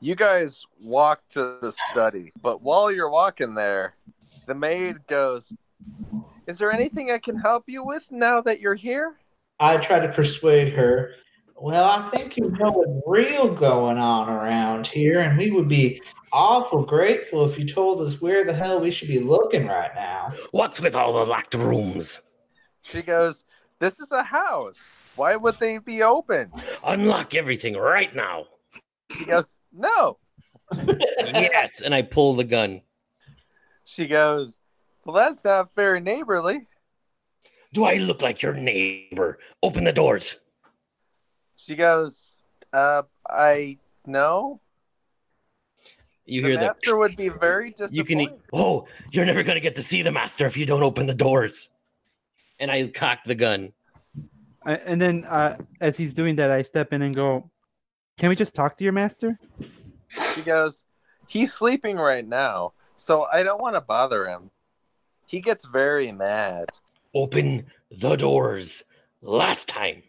Speaker 5: You guys walk to the study, but while you're walking there, the maid goes, Is there anything I can help you with now that you're here?
Speaker 9: I try to persuade her. Well, I think you know what's real going on around here, and we would be awful grateful if you told us where the hell we should be looking right now.
Speaker 4: What's with all the locked rooms?
Speaker 5: She goes, This is a house. Why would they be open?
Speaker 4: Unlock everything right now.
Speaker 5: She goes, No.
Speaker 8: yes, and I pull the gun.
Speaker 5: She goes, Well, that's not very neighborly.
Speaker 4: Do I look like your neighbor? Open the doors.
Speaker 5: She goes, uh, I know.
Speaker 8: You
Speaker 5: The
Speaker 8: hear that?
Speaker 5: master would be very disappointed.
Speaker 8: You
Speaker 4: e
Speaker 8: can. Oh, you're never gonna get to see the master if you don't open the doors. And I cock the gun.
Speaker 6: I, and then uh, as he's doing that, I step in and go, "Can we just talk to your master?"
Speaker 5: She goes, He's sleeping right now, so I don't want to bother him. He gets very mad.
Speaker 4: Open the doors. Last time.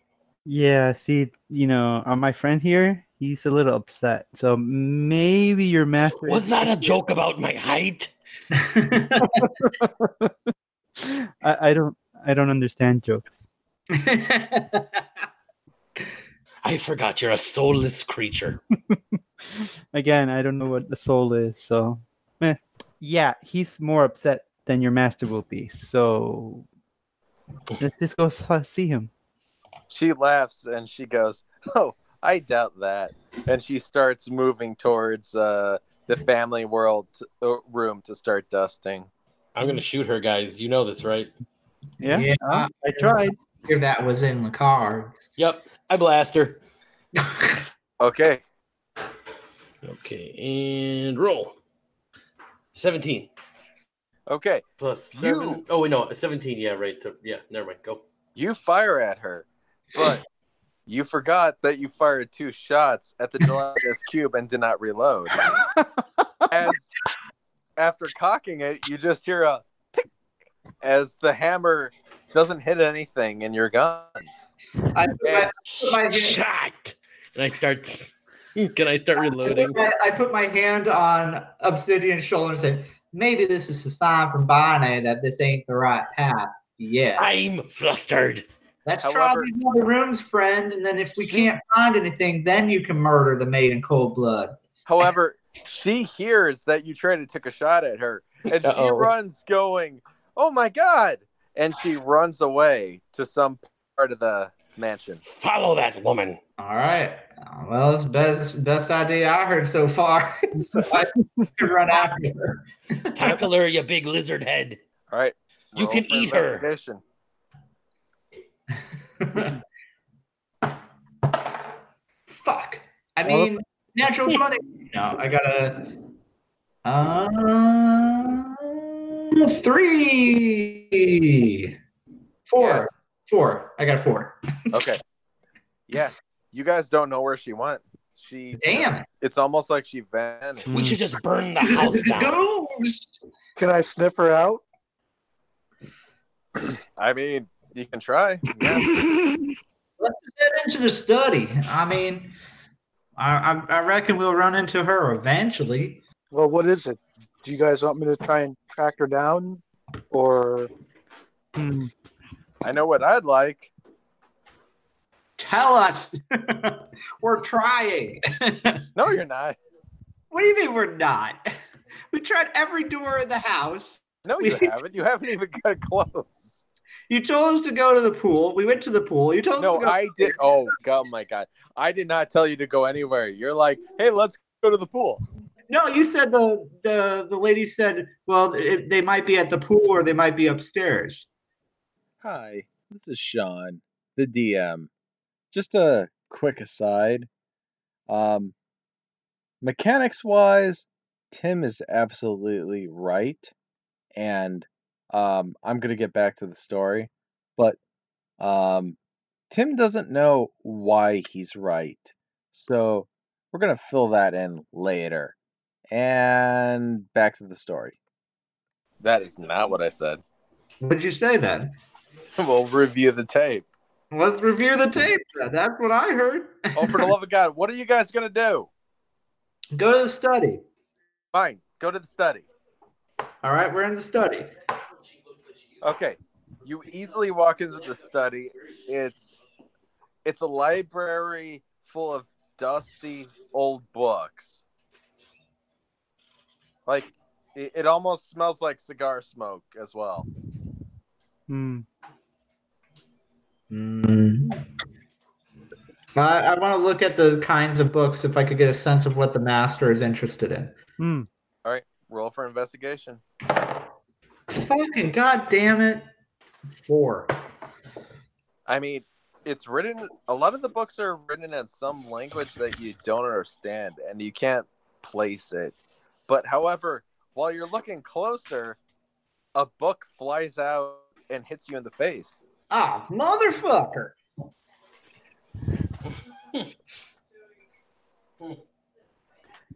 Speaker 6: Yeah. See, you know, uh, my friend here, he's a little upset. So maybe your master.
Speaker 4: Was that a joke about my height?
Speaker 6: I, I don't. I don't understand jokes.
Speaker 4: I forgot you're a soulless creature.
Speaker 6: Again, I don't know what the soul is. So, meh. yeah, he's more upset than your master will be. So let's just go s- uh, see him.
Speaker 5: She laughs and she goes, "Oh, I doubt that." And she starts moving towards uh, the family world uh, room to start dusting.
Speaker 8: I'm gonna shoot her, guys. You know this, right?
Speaker 6: Yeah,
Speaker 9: I
Speaker 6: I tried.
Speaker 9: figured that was in the cards.
Speaker 8: Yep. I blast her.
Speaker 5: Okay,
Speaker 8: Okay, and roll. Seventeen
Speaker 5: okay,
Speaker 8: plus seven.
Speaker 5: You-
Speaker 8: Oh wait, no, seventeen. Yeah, right. So, yeah, never mind. Go.
Speaker 5: you fire at her, but you forgot that you fired two shots at the gelatinous cube and did not reload. As after cocking it, you just hear a tick as the hammer doesn't hit anything in your gun.
Speaker 9: I put, my, my-
Speaker 8: Shot. And I start. Hmm, Can I start
Speaker 9: I
Speaker 8: reloading?
Speaker 9: put my- I put my hand on Obsidian's shoulder and said, maybe this is a sign from Bonnie that this ain't the right path. Yeah.
Speaker 4: I'm flustered.
Speaker 9: Let's
Speaker 5: However-
Speaker 9: try these other rooms, friend, and then if we can't find anything, then you can murder the maid in cold blood.
Speaker 5: However, she hears that you tried to take a shot at her, and she
Speaker 8: Uh-oh.
Speaker 5: runs, going, "Oh my god!" And she runs away to some part of the mansion.
Speaker 4: Follow that woman.
Speaker 9: All right. Uh, Well, it's best best idea I heard so far. so I can run after her.
Speaker 4: Tackle her, you big lizard head.
Speaker 5: All right,
Speaker 4: You
Speaker 5: roll
Speaker 4: can
Speaker 5: for
Speaker 4: eat her.
Speaker 5: investigation.
Speaker 9: Fuck. I
Speaker 6: Well-
Speaker 9: mean, natural twenty. No, I gotta. Uh, three, four,
Speaker 5: Yeah.
Speaker 9: four. I got a four.
Speaker 5: Okay, yeah, you guys don't know where she went. She,
Speaker 9: Damn.
Speaker 5: it's almost like she vanished.
Speaker 8: We should just burn the house down.
Speaker 9: Ghost.
Speaker 3: Can I sniff her out?
Speaker 5: I mean, you can try. Yeah.
Speaker 9: Let's get into the study. I mean, I, I I reckon we'll run into her eventually.
Speaker 3: Well, what is it? Do you guys want me to try and track her down, or
Speaker 6: Hmm.
Speaker 5: I know what I'd like.
Speaker 9: Tell us. We're trying.
Speaker 5: No, you're not.
Speaker 9: What do you mean we're not? We tried every door in the house.
Speaker 5: No, you haven't. You haven't even got close.
Speaker 9: You told us to go to the pool. We went to the pool. You told us
Speaker 5: No,
Speaker 9: to go.
Speaker 5: I did. Oh, God, my God. I did not tell you to go anywhere. You're like, hey, let's go to the pool.
Speaker 9: no, you said the the the lady said, well, it, they might be at the pool or they might be upstairs.
Speaker 1: Hi, this is Sean, the DM. Just a quick aside. Um, mechanics wise, Tim is absolutely right. And um, I'm going to get back to the story. But um, Tim doesn't know why he's right. So we're going to fill that in later. And back to the story.
Speaker 5: That is not what I said.
Speaker 9: What did you say then?
Speaker 5: we'll review the tape.
Speaker 9: Let's review the tape. then. That's what I heard.
Speaker 5: Oh, for the love of God, what are you guys gonna do?
Speaker 9: Go to the study.
Speaker 5: Fine, go to the study.
Speaker 9: All right, we're in the study.
Speaker 5: Okay, you easily walk into the study. It's it's a library full of dusty old books. Like it, it almost smells like cigar smoke as well.
Speaker 6: Hmm.
Speaker 9: Mm. I, I want to look at the kinds of books if I could get a sense of what the master is interested in.
Speaker 6: Hmm.
Speaker 5: Roll for investigation.
Speaker 9: Fucking goddamn it! Four.
Speaker 5: I mean, it's written. A lot of the books are written in some language that you don't understand, and you can't place it. But however, while you're looking closer, a book flies out and hits you in the face.
Speaker 9: Ah, motherfucker!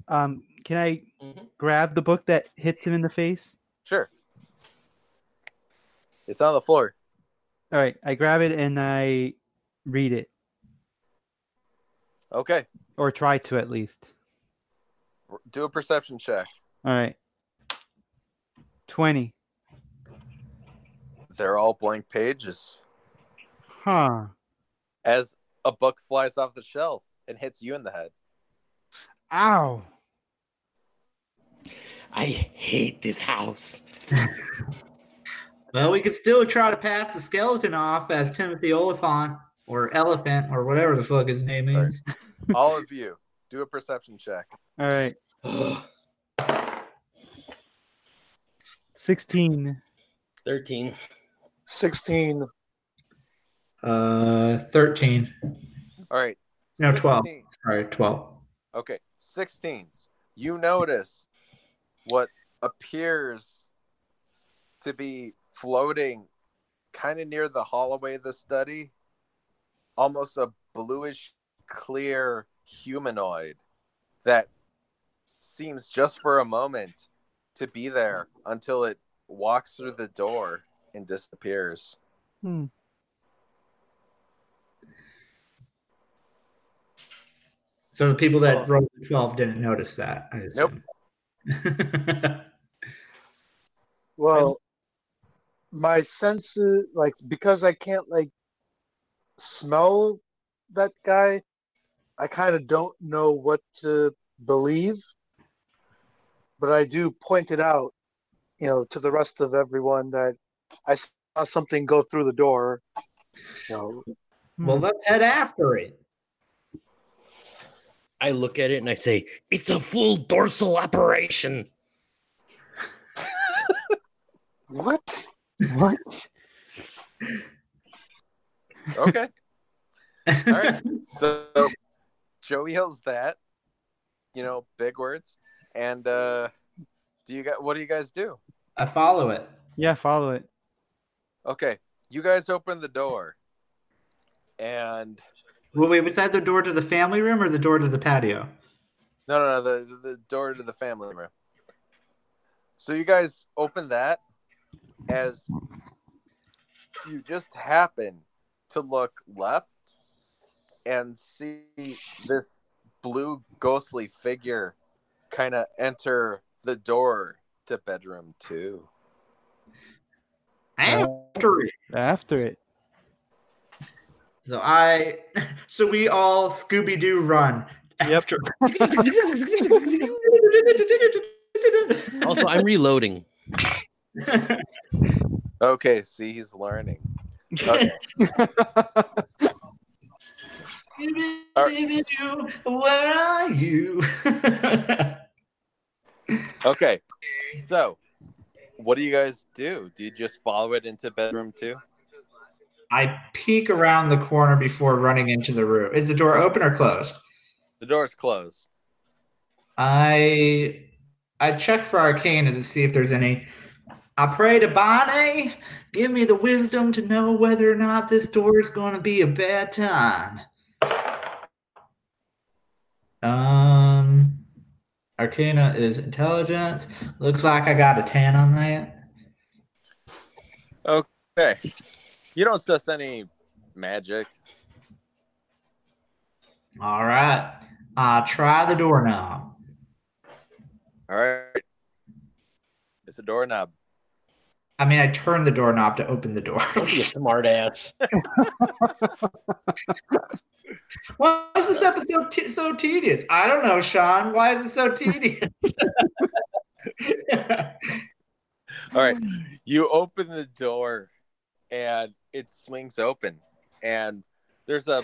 Speaker 6: Um, can I
Speaker 8: Mhm.
Speaker 6: grab the book that hits him in the face?
Speaker 5: Sure. It's on the floor.
Speaker 6: All right, I grab it and I read it,
Speaker 5: Okay.
Speaker 6: or try to at least.
Speaker 5: r- Do a perception check.
Speaker 6: All right. 20.
Speaker 5: They're all blank pages.
Speaker 6: Huh.
Speaker 5: As a book flies off the shelf and hits you in the head.
Speaker 6: Ow.
Speaker 8: I hate this house.
Speaker 9: Well, we could still try to pass the skeleton off as Timothy Oliphant or Elephant or whatever the fuck his name
Speaker 5: Right.
Speaker 9: is.
Speaker 5: all of you, do a perception check.
Speaker 6: All right. 16.
Speaker 8: 13.
Speaker 3: 16.
Speaker 9: Uh, thirteen.
Speaker 5: All right.
Speaker 9: No, 12.
Speaker 5: 16.
Speaker 9: Sorry, twelve.
Speaker 5: Okay, 16s. You notice what appears to be floating kind of near the hallway of the study, almost a bluish clear humanoid that seems just for a moment to be there until it walks through the door and disappears.
Speaker 6: Hmm.
Speaker 9: So the people that
Speaker 5: Oh.
Speaker 9: rolled a twelve didn't notice that. I assume.
Speaker 3: Well, my senses, like, because I can't, like, smell that guy, I kind of don't know what to believe. But I do point it out, you know, to the rest of everyone that I saw something go through the door. You know,
Speaker 9: well, let's head after it.
Speaker 8: I look at it and I say, it's a full dorsal operation.
Speaker 3: what?
Speaker 6: What?
Speaker 5: Okay. All right. So Joey yells that, you know, big words. And uh do you guys? what do you guys do?
Speaker 9: I follow it.
Speaker 6: Yeah, follow it.
Speaker 5: Okay. You guys open the door. And
Speaker 9: Well, wait, was that the door to the family room or the door to the patio?
Speaker 5: no no no the, the door to the family room. So you guys open that as you just happen to look left and see this blue ghostly figure kind of enter the door to bedroom two.
Speaker 9: After it.
Speaker 6: After it.
Speaker 9: So I, so we all Scooby Doo run.
Speaker 6: Yep.
Speaker 9: After.
Speaker 8: Also, I'm reloading.
Speaker 5: Okay, see, he's learning. Okay.
Speaker 9: Where are you?
Speaker 5: okay. So, what do you guys do? Do you just follow it into bedroom two?
Speaker 9: I peek around the corner before running into the room. Is the door open or closed?
Speaker 5: The door's closed.
Speaker 9: I I check for Arcana to see if there's any. I pray to Bonnie, give me the wisdom to know whether or not this door is going to be a bad time. Um, Arcana is intelligence. Looks like I got a ten on that.
Speaker 5: Hey, you don't suss any magic.
Speaker 9: All right. Uh, try the doorknob.
Speaker 5: All right. It's a doorknob.
Speaker 9: I mean, I turned the doorknob to open the door.
Speaker 8: Don't be a smart ass.
Speaker 9: Why is this episode t- so tedious? I don't know, Sean. Why is it so tedious?
Speaker 5: All right. You open the door and it swings open and there's a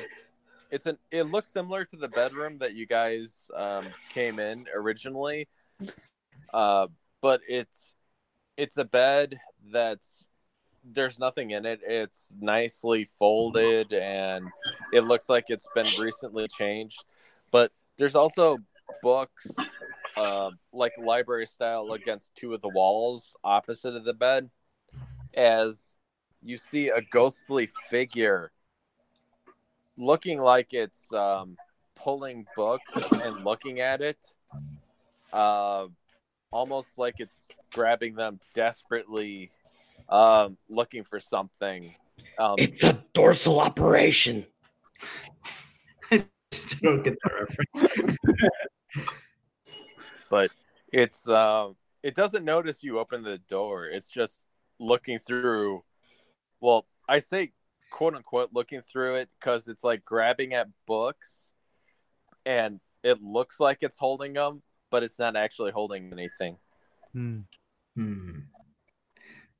Speaker 5: it's an it looks similar to the bedroom that you guys um, came in originally. Uh, but it's it's a bed that's there's nothing in it. It's nicely folded and it looks like it's been recently changed. But there's also books um, like library style against two of the walls opposite of the bed as you see a ghostly figure looking like it's um, pulling books and looking at it uh, almost like it's grabbing them desperately um, looking for something um,
Speaker 4: It's a dorsal operation.
Speaker 9: Still don't get that reference.
Speaker 5: but it's um it doesn't notice you open the door it's just looking through well i say quote unquote looking through it because it's like grabbing at books and it looks like it's holding them but it's not actually holding anything
Speaker 6: Hmm.
Speaker 9: Hmm.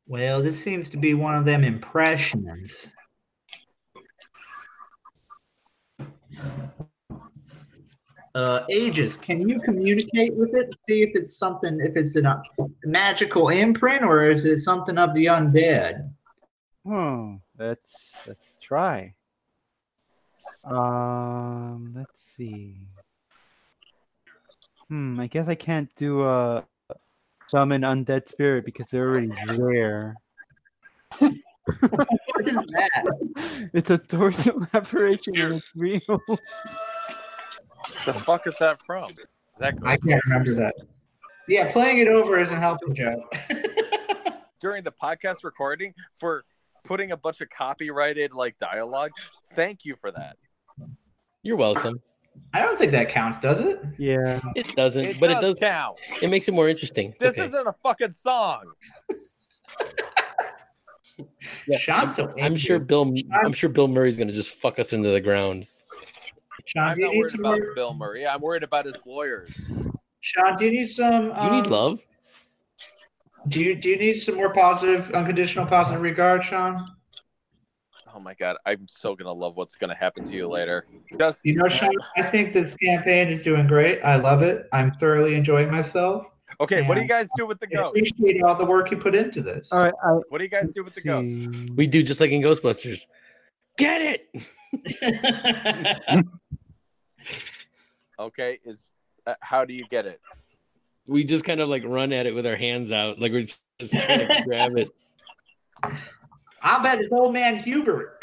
Speaker 9: Well, this seems to be one of them impressions. Uh, Aegis, can you communicate with it? See if it's something, if it's a magical imprint or is it something of the undead?
Speaker 6: Hmm. Let's let's try. Um. Let's see. Hmm. I guess I can't do a summon undead spirit because they're already there.
Speaker 9: What is that?
Speaker 6: It's a dorsal operation. and It's real.
Speaker 5: the fuck is that from is that
Speaker 9: I can't remember that. Yeah, playing it over isn't helping, Joe.
Speaker 5: during the podcast recording for putting a bunch of copyrighted like dialogue thank you for that
Speaker 8: You're welcome.
Speaker 9: I don't think that counts, does it?
Speaker 6: Yeah.
Speaker 8: It doesn't,
Speaker 5: it
Speaker 8: but
Speaker 5: does
Speaker 8: it does.
Speaker 5: count
Speaker 8: It makes it more interesting. It's
Speaker 5: this
Speaker 8: okay.
Speaker 5: isn't a fucking song
Speaker 8: Yeah,
Speaker 9: Sean's so
Speaker 8: I'm
Speaker 9: angry.
Speaker 8: sure Bill. I'm sure Bill Murray's gonna just fuck us into the ground.
Speaker 9: Sean,
Speaker 5: i'm
Speaker 9: do you
Speaker 5: not
Speaker 9: need
Speaker 5: worried
Speaker 9: some,
Speaker 5: about
Speaker 9: more-
Speaker 5: bill murray i'm worried about his lawyers
Speaker 9: Sean, do you need some?
Speaker 8: You need
Speaker 9: um,
Speaker 8: love.
Speaker 9: Do you do you need some more positive, unconditional positive regard, Sean?
Speaker 5: Oh my god, I'm so gonna love what's gonna happen to you later. Just
Speaker 9: You know, Sean, I think this campaign is doing great. I love it. I'm thoroughly enjoying myself.
Speaker 5: okay. What do you
Speaker 9: Yeah.
Speaker 5: guys do with the
Speaker 9: I
Speaker 5: ghost?
Speaker 9: appreciate all the work you put into this.
Speaker 6: All right. I,
Speaker 5: What do you guys do with the
Speaker 6: let's
Speaker 5: ghost?
Speaker 6: see.
Speaker 8: We do just like in Ghostbusters. Get it.
Speaker 5: Okay, is uh, how do you get it?
Speaker 8: we just kind of like run at it with our hands out, like we're just trying to grab it.
Speaker 9: I bet it's old man Hubert.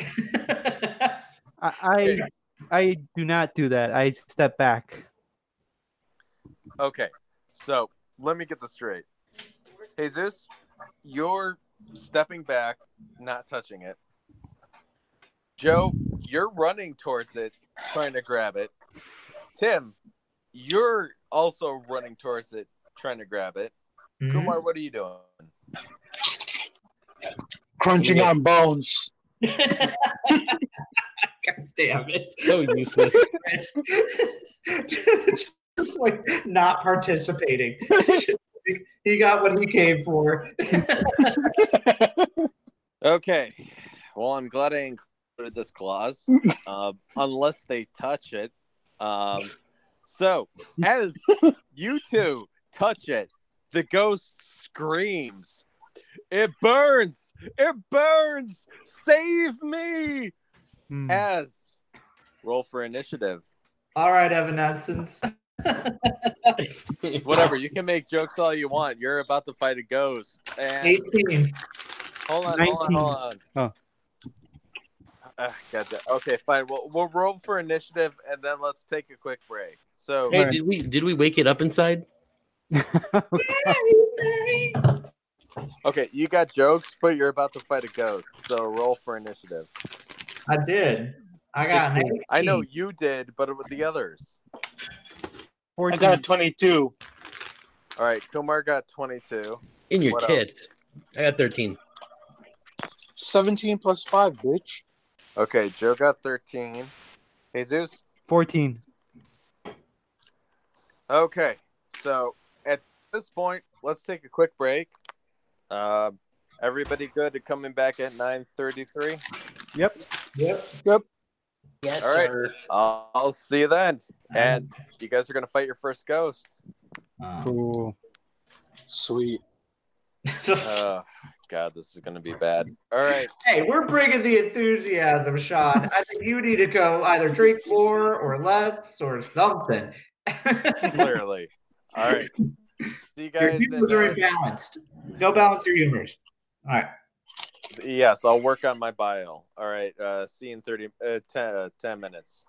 Speaker 6: I, I I do not do that. I step back.
Speaker 5: Okay, so let me get this straight. Jesus, you're stepping back, not touching it. Joe, you're running towards it, trying to grab it. Tim, you're also running towards it, trying to grab it.
Speaker 9: Mhm.
Speaker 5: Kumar, what are you doing?
Speaker 3: Crunching on bones.
Speaker 9: God damn it.
Speaker 8: So useless.
Speaker 9: Just, like not participating. he got what he came for.
Speaker 5: Okay. Well, I'm glad I included this clause, uh, unless they touch it. Um, so, as you two touch it, the ghost screams, It burns! It burns! Save me!
Speaker 6: Hmm.
Speaker 5: As roll for initiative.
Speaker 9: All right, Evanescence.
Speaker 5: Whatever, you can make jokes all you want. You're about to fight a ghost. And
Speaker 9: 18.
Speaker 5: Hold on, hold on, hold on.
Speaker 6: Oh.
Speaker 5: Ah, got that. Okay, fine. We'll, we'll roll for initiative and then let's take a quick break. So,
Speaker 8: Hey, did we did we wake it up inside?
Speaker 5: Okay, you got jokes, but you're about to fight a ghost. So roll for initiative.
Speaker 9: I did. I got. an
Speaker 5: I know
Speaker 9: 18.
Speaker 5: you did, but with the others.
Speaker 3: I got a 22.
Speaker 5: All right, Kumar got 22.
Speaker 8: In your
Speaker 5: What else?
Speaker 8: tits. I got 13.
Speaker 3: 17 plus 5, bitch.
Speaker 5: Okay, Joe got 13. Jesus?
Speaker 6: 14.
Speaker 5: Okay, so at this point, let's take a quick break. Um, everybody good to coming back at 9.33?
Speaker 6: Yep.
Speaker 8: Yes,
Speaker 5: All right. I'll I'll see you then. And you guys are going to fight your first ghost.
Speaker 9: Um,
Speaker 6: Cool.
Speaker 3: Sweet.
Speaker 5: Oh, God, this is going to be bad. All right.
Speaker 9: hey, we're bringing the enthusiasm, Sean. I think you need to go either drink more or less or something.
Speaker 5: clearly. All right. See you
Speaker 9: Your
Speaker 5: guys.
Speaker 9: humors
Speaker 5: In,
Speaker 9: are
Speaker 5: uh,
Speaker 9: imbalanced. Go balance your humors. All right.
Speaker 5: uh, yes, I'll work on my bio. All right. Uh, see you in 30, uh, 10, uh, 10 minutes.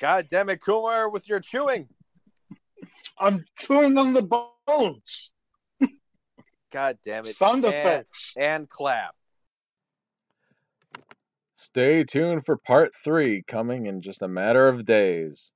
Speaker 5: God damn it, Kumar, with your chewing.
Speaker 3: I'm chewing on the bones.
Speaker 5: God damn it.
Speaker 3: Sound
Speaker 5: And-
Speaker 3: effects.
Speaker 5: and clap.
Speaker 1: Stay tuned for part three coming in just a matter of days.